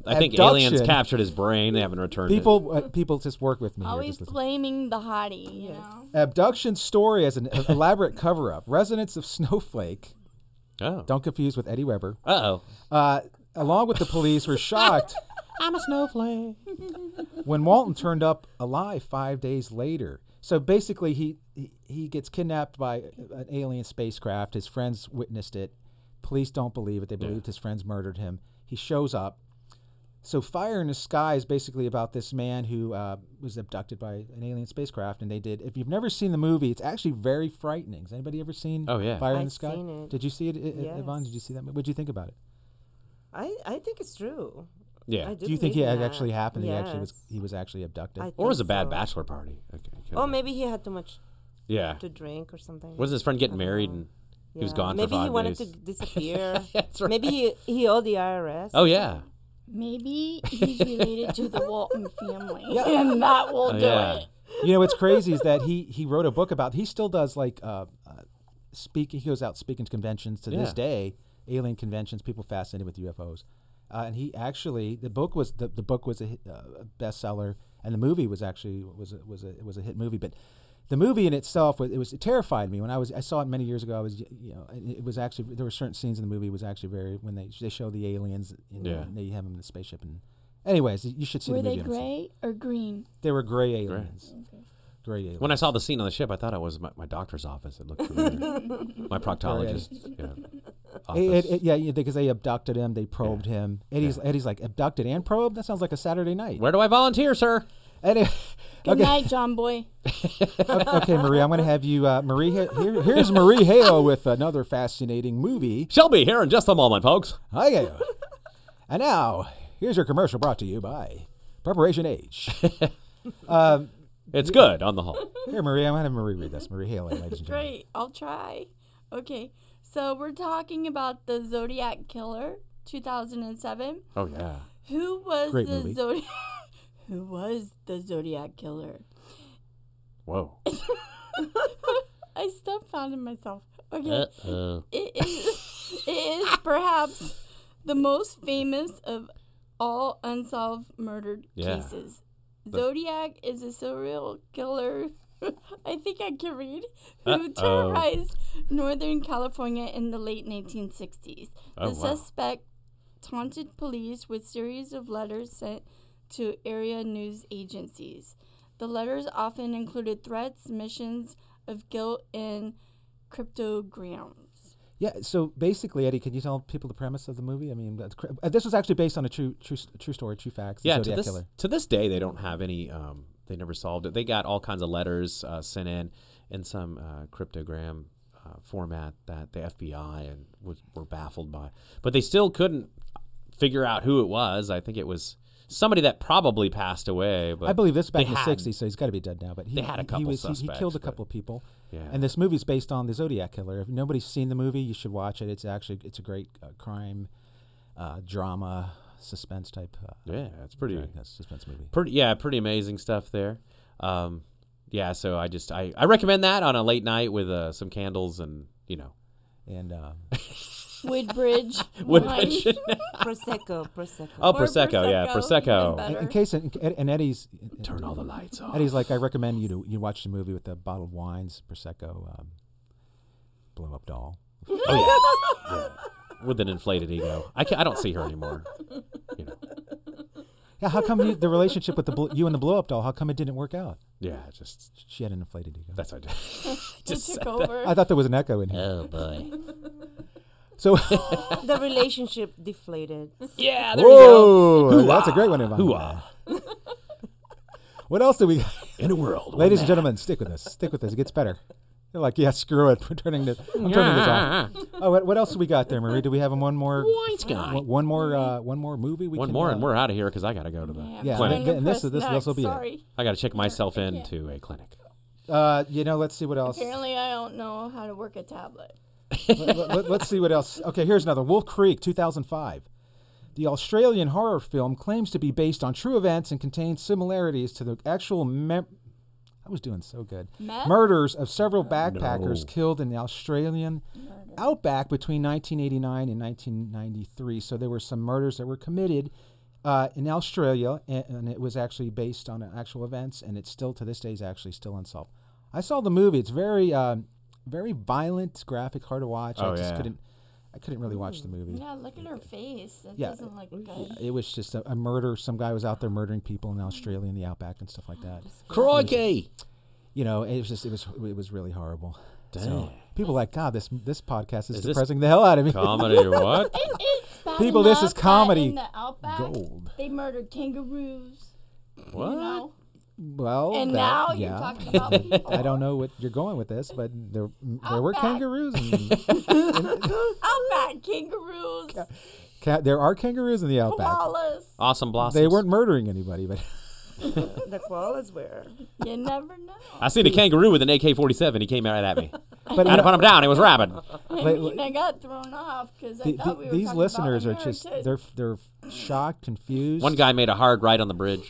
G: I think
B: Abduction.
G: aliens captured his brain. They haven't returned it.
B: people uh, people just work with me. here.
C: always
B: Just listen.
C: blaming the hottie. You know?
B: Abduction story as an e-, elaborate cover up. Residents of Snowflake,
G: Oh.
B: don't confuse with Eddie Weber,
G: Uh oh.
B: uh, along with the police, were shocked
H: I'm a snowflake.
B: when Walton turned up alive five days later. So basically, he he, he gets kidnapped by an alien spacecraft. His friends witnessed it. Police don't believe it. They believed his friends murdered him. He shows up. So Fire in the Sky is basically about this man who uh, was abducted by an alien spacecraft, and they did. If you've never seen the movie, it's actually very frightening. Has anybody ever seen?
G: Oh, yeah.
B: Fire in
E: I've
B: the Sky.
E: seen it.
B: Did you see it, I- I- Yvonne?
E: Yes.
B: Did you see that? movie? What did you think about it?
E: I, I think it's true.
G: Yeah.
E: I do,
B: Do you think
E: believe
B: he had
E: that.
B: actually happened? He actually was.
E: Yes.
B: He was actually abducted.
E: I
G: Or was a
E: think
G: bad
E: so.
G: bachelor party. Okay. could've-
E: Oh, maybe he had too much
G: Yeah.
E: to drink or something.
G: Was his friend getting
E: I don't
G: married
E: know.
G: and he was
E: Yeah.
G: gone
E: Maybe
G: for five
E: he wanted
G: days?
E: to disappear.
G: That's right.
E: Maybe he, he owed the IRS.
G: Oh yeah.
C: Maybe he's related to the Walton family,
B: Yeah.
C: and that will
G: Oh,
C: do
G: yeah.
C: it.
B: you know what's crazy is that he he wrote a book about he still does like uh, uh speaking he goes out speaking to conventions to this
G: Yeah.
B: day alien conventions people fascinated with ufos uh, and he actually the book was the, the book was a hit, uh, a bestseller and the movie was actually was a, was a it was a hit movie but the movie in itself was it was it terrified me when I was I saw it many years ago I was y- you know it it was actually there were certain scenes in the movie was actually very when they they show the aliens you know,
G: Yeah.
B: and they have them in the spaceship and anyways you should see
C: Were
B: the
C: they
B: movie honestly.
C: gray or green?
B: they were gray aliens gray aliens
G: When I saw the scene on the ship, I thought it was my, my doctor's office. It looked familiar. my proctologist. Yeah.
B: It,
G: office.
B: it, it- yeah, yeah, because they abducted him, they probed him. Eddie's Eddie's like abducted and probed. That sounds like a Saturday night.
G: Where do I volunteer, sir?
B: Eddie-
C: Good night, John Boy.
B: okay, Marie, I'm going to have you. Uh, Marie, here, here- here's Marie Hale with another fascinating movie.
G: She'll be here in just a moment, folks.
B: Hiya. And now here's your commercial brought to you by Preparation H.
G: It's good on the whole.
B: Here, Marie, I'm going to have Marie read this. Marie Hale, ladies and gentlemen.
C: Great, I'll try. Okay, so we're talking about the Zodiac Killer, 2007.
G: Oh yeah.
C: Who was
B: Great
C: the
B: movie.
C: Zodiac? Who was the Zodiac Killer?
G: Whoa.
C: I dumbfounded myself. Okay.
B: Uh,
G: Uh-oh.
C: It is, it is perhaps the most famous of all unsolved murdered
G: Yeah.
C: cases. Zodiac is a serial killer. I think I can read. Who
G: Uh-oh.
C: terrorized Northern California in the late 1960s?
G: Oh,
C: the
G: wow.
C: suspect taunted police with series of letters sent to area news agencies. The letters often included threats, missions of guilt, and cryptograms.
B: Yeah. So basically, Eddie, can you tell people the premise of the movie? I mean, that's cr- uh, this was actually based on a true true true story, true facts. the
G: Yeah. To
B: Zodiac
G: this
B: killer.
G: to this day, they don't have any. Um, they never solved it. They got all kinds of letters uh, sent in in some uh, cryptogram uh, format that the FBI and was, were baffled by, but they still couldn't figure out who it was. I think it was somebody that probably passed away. But
B: I believe this is back
G: they
B: in the
G: had-
B: '60s, so he's got to be dead now. But he,
G: they had
B: he-
G: a
B: he,
G: couple
B: was, he- he, killed
G: suspects,
B: a
G: but-
B: couple of people.
G: Yeah.
B: And this movie's based on the Zodiac killer. If nobody's seen the movie, you should watch it. It's actually it's a great uh, crime, uh, drama, suspense type. Uh,
G: Yeah, it's pretty.
B: uh, suspense movie.
G: pretty yeah pretty amazing stuff there um yeah so i just i, I recommend that on a late night with uh, some candles and you know
B: And uh,
C: Woodbridge.
G: Woodbridge.
C: wine.
E: Prosecco, Prosecco.
G: oh
C: Or
G: prosecco, yeah
C: Prosecco,
G: prosecco
C: even
B: in, in
C: Better.
B: case in, and Eddie's
G: turn all the lights off
B: Eddie's like I recommend you to you watch the movie with the bottled wines, prosecco, um, blow up doll.
G: oh, yeah. Yeah. with an inflated ego I, can, I don't see her anymore you know
B: Yeah, how come you, the relationship with the bl- you and the blow up doll? How come it didn't work out?
G: yeah just
B: She had an inflated ego.
G: that's what i do
C: It
G: just
C: took over.
B: I thought there was an echo in here.
G: oh boy
B: So,
E: the relationship deflated.
I: Yeah, there
B: whoa, that's a great one, Ivan. What else do we?
J: In a world.
B: Ladies and gentlemen, stick with us. Stick with us. It gets better. They're like, yeah, screw it. We're turning this. I'm turning this off. Oh, what, what else do we got there, Marie? Do we have one more?
I: White guy.
B: One, one more. Uh, one more movie. We
J: One
B: can,
J: more
B: uh,
J: and we're out of here because I got to go to the
B: Yeah,
J: clinic.
B: and- and this- this-
C: Press
B: this will
C: next,
B: be it.
C: Sorry.
J: I got to check myself into a clinic.
B: Uh, you know, let's see what else.
C: Apparently, I don't know how to work a tablet.
B: let, us see what else. Okay, here's another Wolf Creek, 2005. The Australian horror film claims to be based on true events and contains similarities to the actual. Mem- I was doing so good.
C: Meth?
B: Murders of several backpackers
J: No.
B: killed in the Australian outback between 1989 and 1993. So there were some murders that were committed uh, in Australia, and, and it was actually based on actual events, and it's still to this day is actually still unsolved. I saw the movie. It's very, um, very violent, graphic, hard to watch.
J: Oh,
B: I just
J: yeah.
B: couldn't, I couldn't really watch the movie.
C: Yeah, look at her face. That
B: Yeah.
C: doesn't look good.
B: It was just a, a murder. Some guy was out there murdering people in Australia in the outback and stuff like that.
I: Crikey.
B: You know, it was just it was it was really horrible. So people are like God, this this podcast is,
J: Is this
B: depressing the hell out of me.
J: Comedy or what?
C: It- it's bad
B: People, this
C: enough
B: is comedy
C: That in the outback,
B: gold.
C: They murdered kangaroos.
J: What?
C: You know?
B: Well,
C: And
B: that-
C: now
B: yeah.
C: you're talking Oh, about people.
B: I don't know what you're going with this, but there there were
C: Outback.
B: kangaroos. And,
C: Outback kangaroos,
B: ca- there are kangaroos in the
C: Oh,
B: outback.
C: koalas.
J: Awesome blossoms.
B: They weren't murdering anybody, but
E: The koalas were.
C: You never know.
J: I seen a kangaroo with an AK-47. He came right at me.
B: but
J: I had to put him down. He was rabid.
C: I
B: Wait,
C: mean, I got thrown off because I
B: the-
C: thought
B: the-
C: we were
B: these
C: talking
B: listeners are
C: about
B: just
C: Americans.
B: they're they're shocked, confused.
J: One guy made a hard right on the bridge.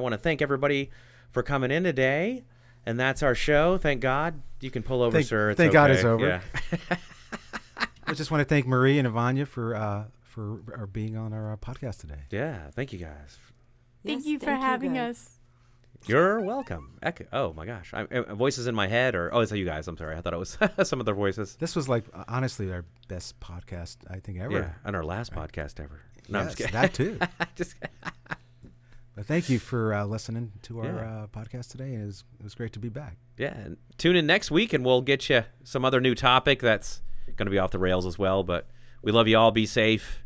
G: I want to thank everybody for coming in today, and that's our show. Thank God you can pull over,
K: Thank-
G: sir. It's
K: thank God
G: okay.
K: it's over.
G: Yeah.
K: I just want to thank Marie and Ivania for uh, for uh, being on our uh, podcast today.
G: yeah. Thank you guys.
E: Yes, thank guys.
L: us.
G: You're welcome. Echo. Oh my gosh, I, I- voices in my head, or oh, it's you guys. I'm sorry. I thought it was some other voices.
K: This was like uh, honestly our best podcast I think ever.
G: Yeah, on our last podcast ever. No, I'm just
K: Yes,
G: kidding.
K: that too.
G: Just kidding.
K: But thank you for uh, listening to our
G: Yeah.
K: uh, podcast today. It was, it was great to be back.
G: yeah. and Tune in next week, and we'll get you some other new topic that's going to be off the rails as well. But we love you all. Be safe.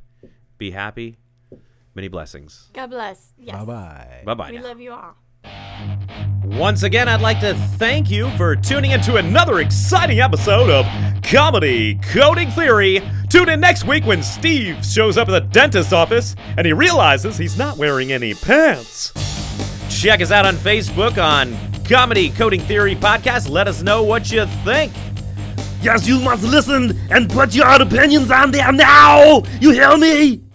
G: Be happy. Many blessings.
C: God bless. Yes.
K: Bye bye.
G: Bye bye.
C: We love you all.
G: Once again, I'd like to thank you for tuning in to another exciting episode of Comedy Coding Theory. Tune in next week when Steve shows up at the dentist's office and he realizes he's not wearing any pants. Check us out on Facebook on Comedy Coding Theory Podcast. Let us know what you think.
M: Yes, you must listen and put your opinions on there now! You hear me?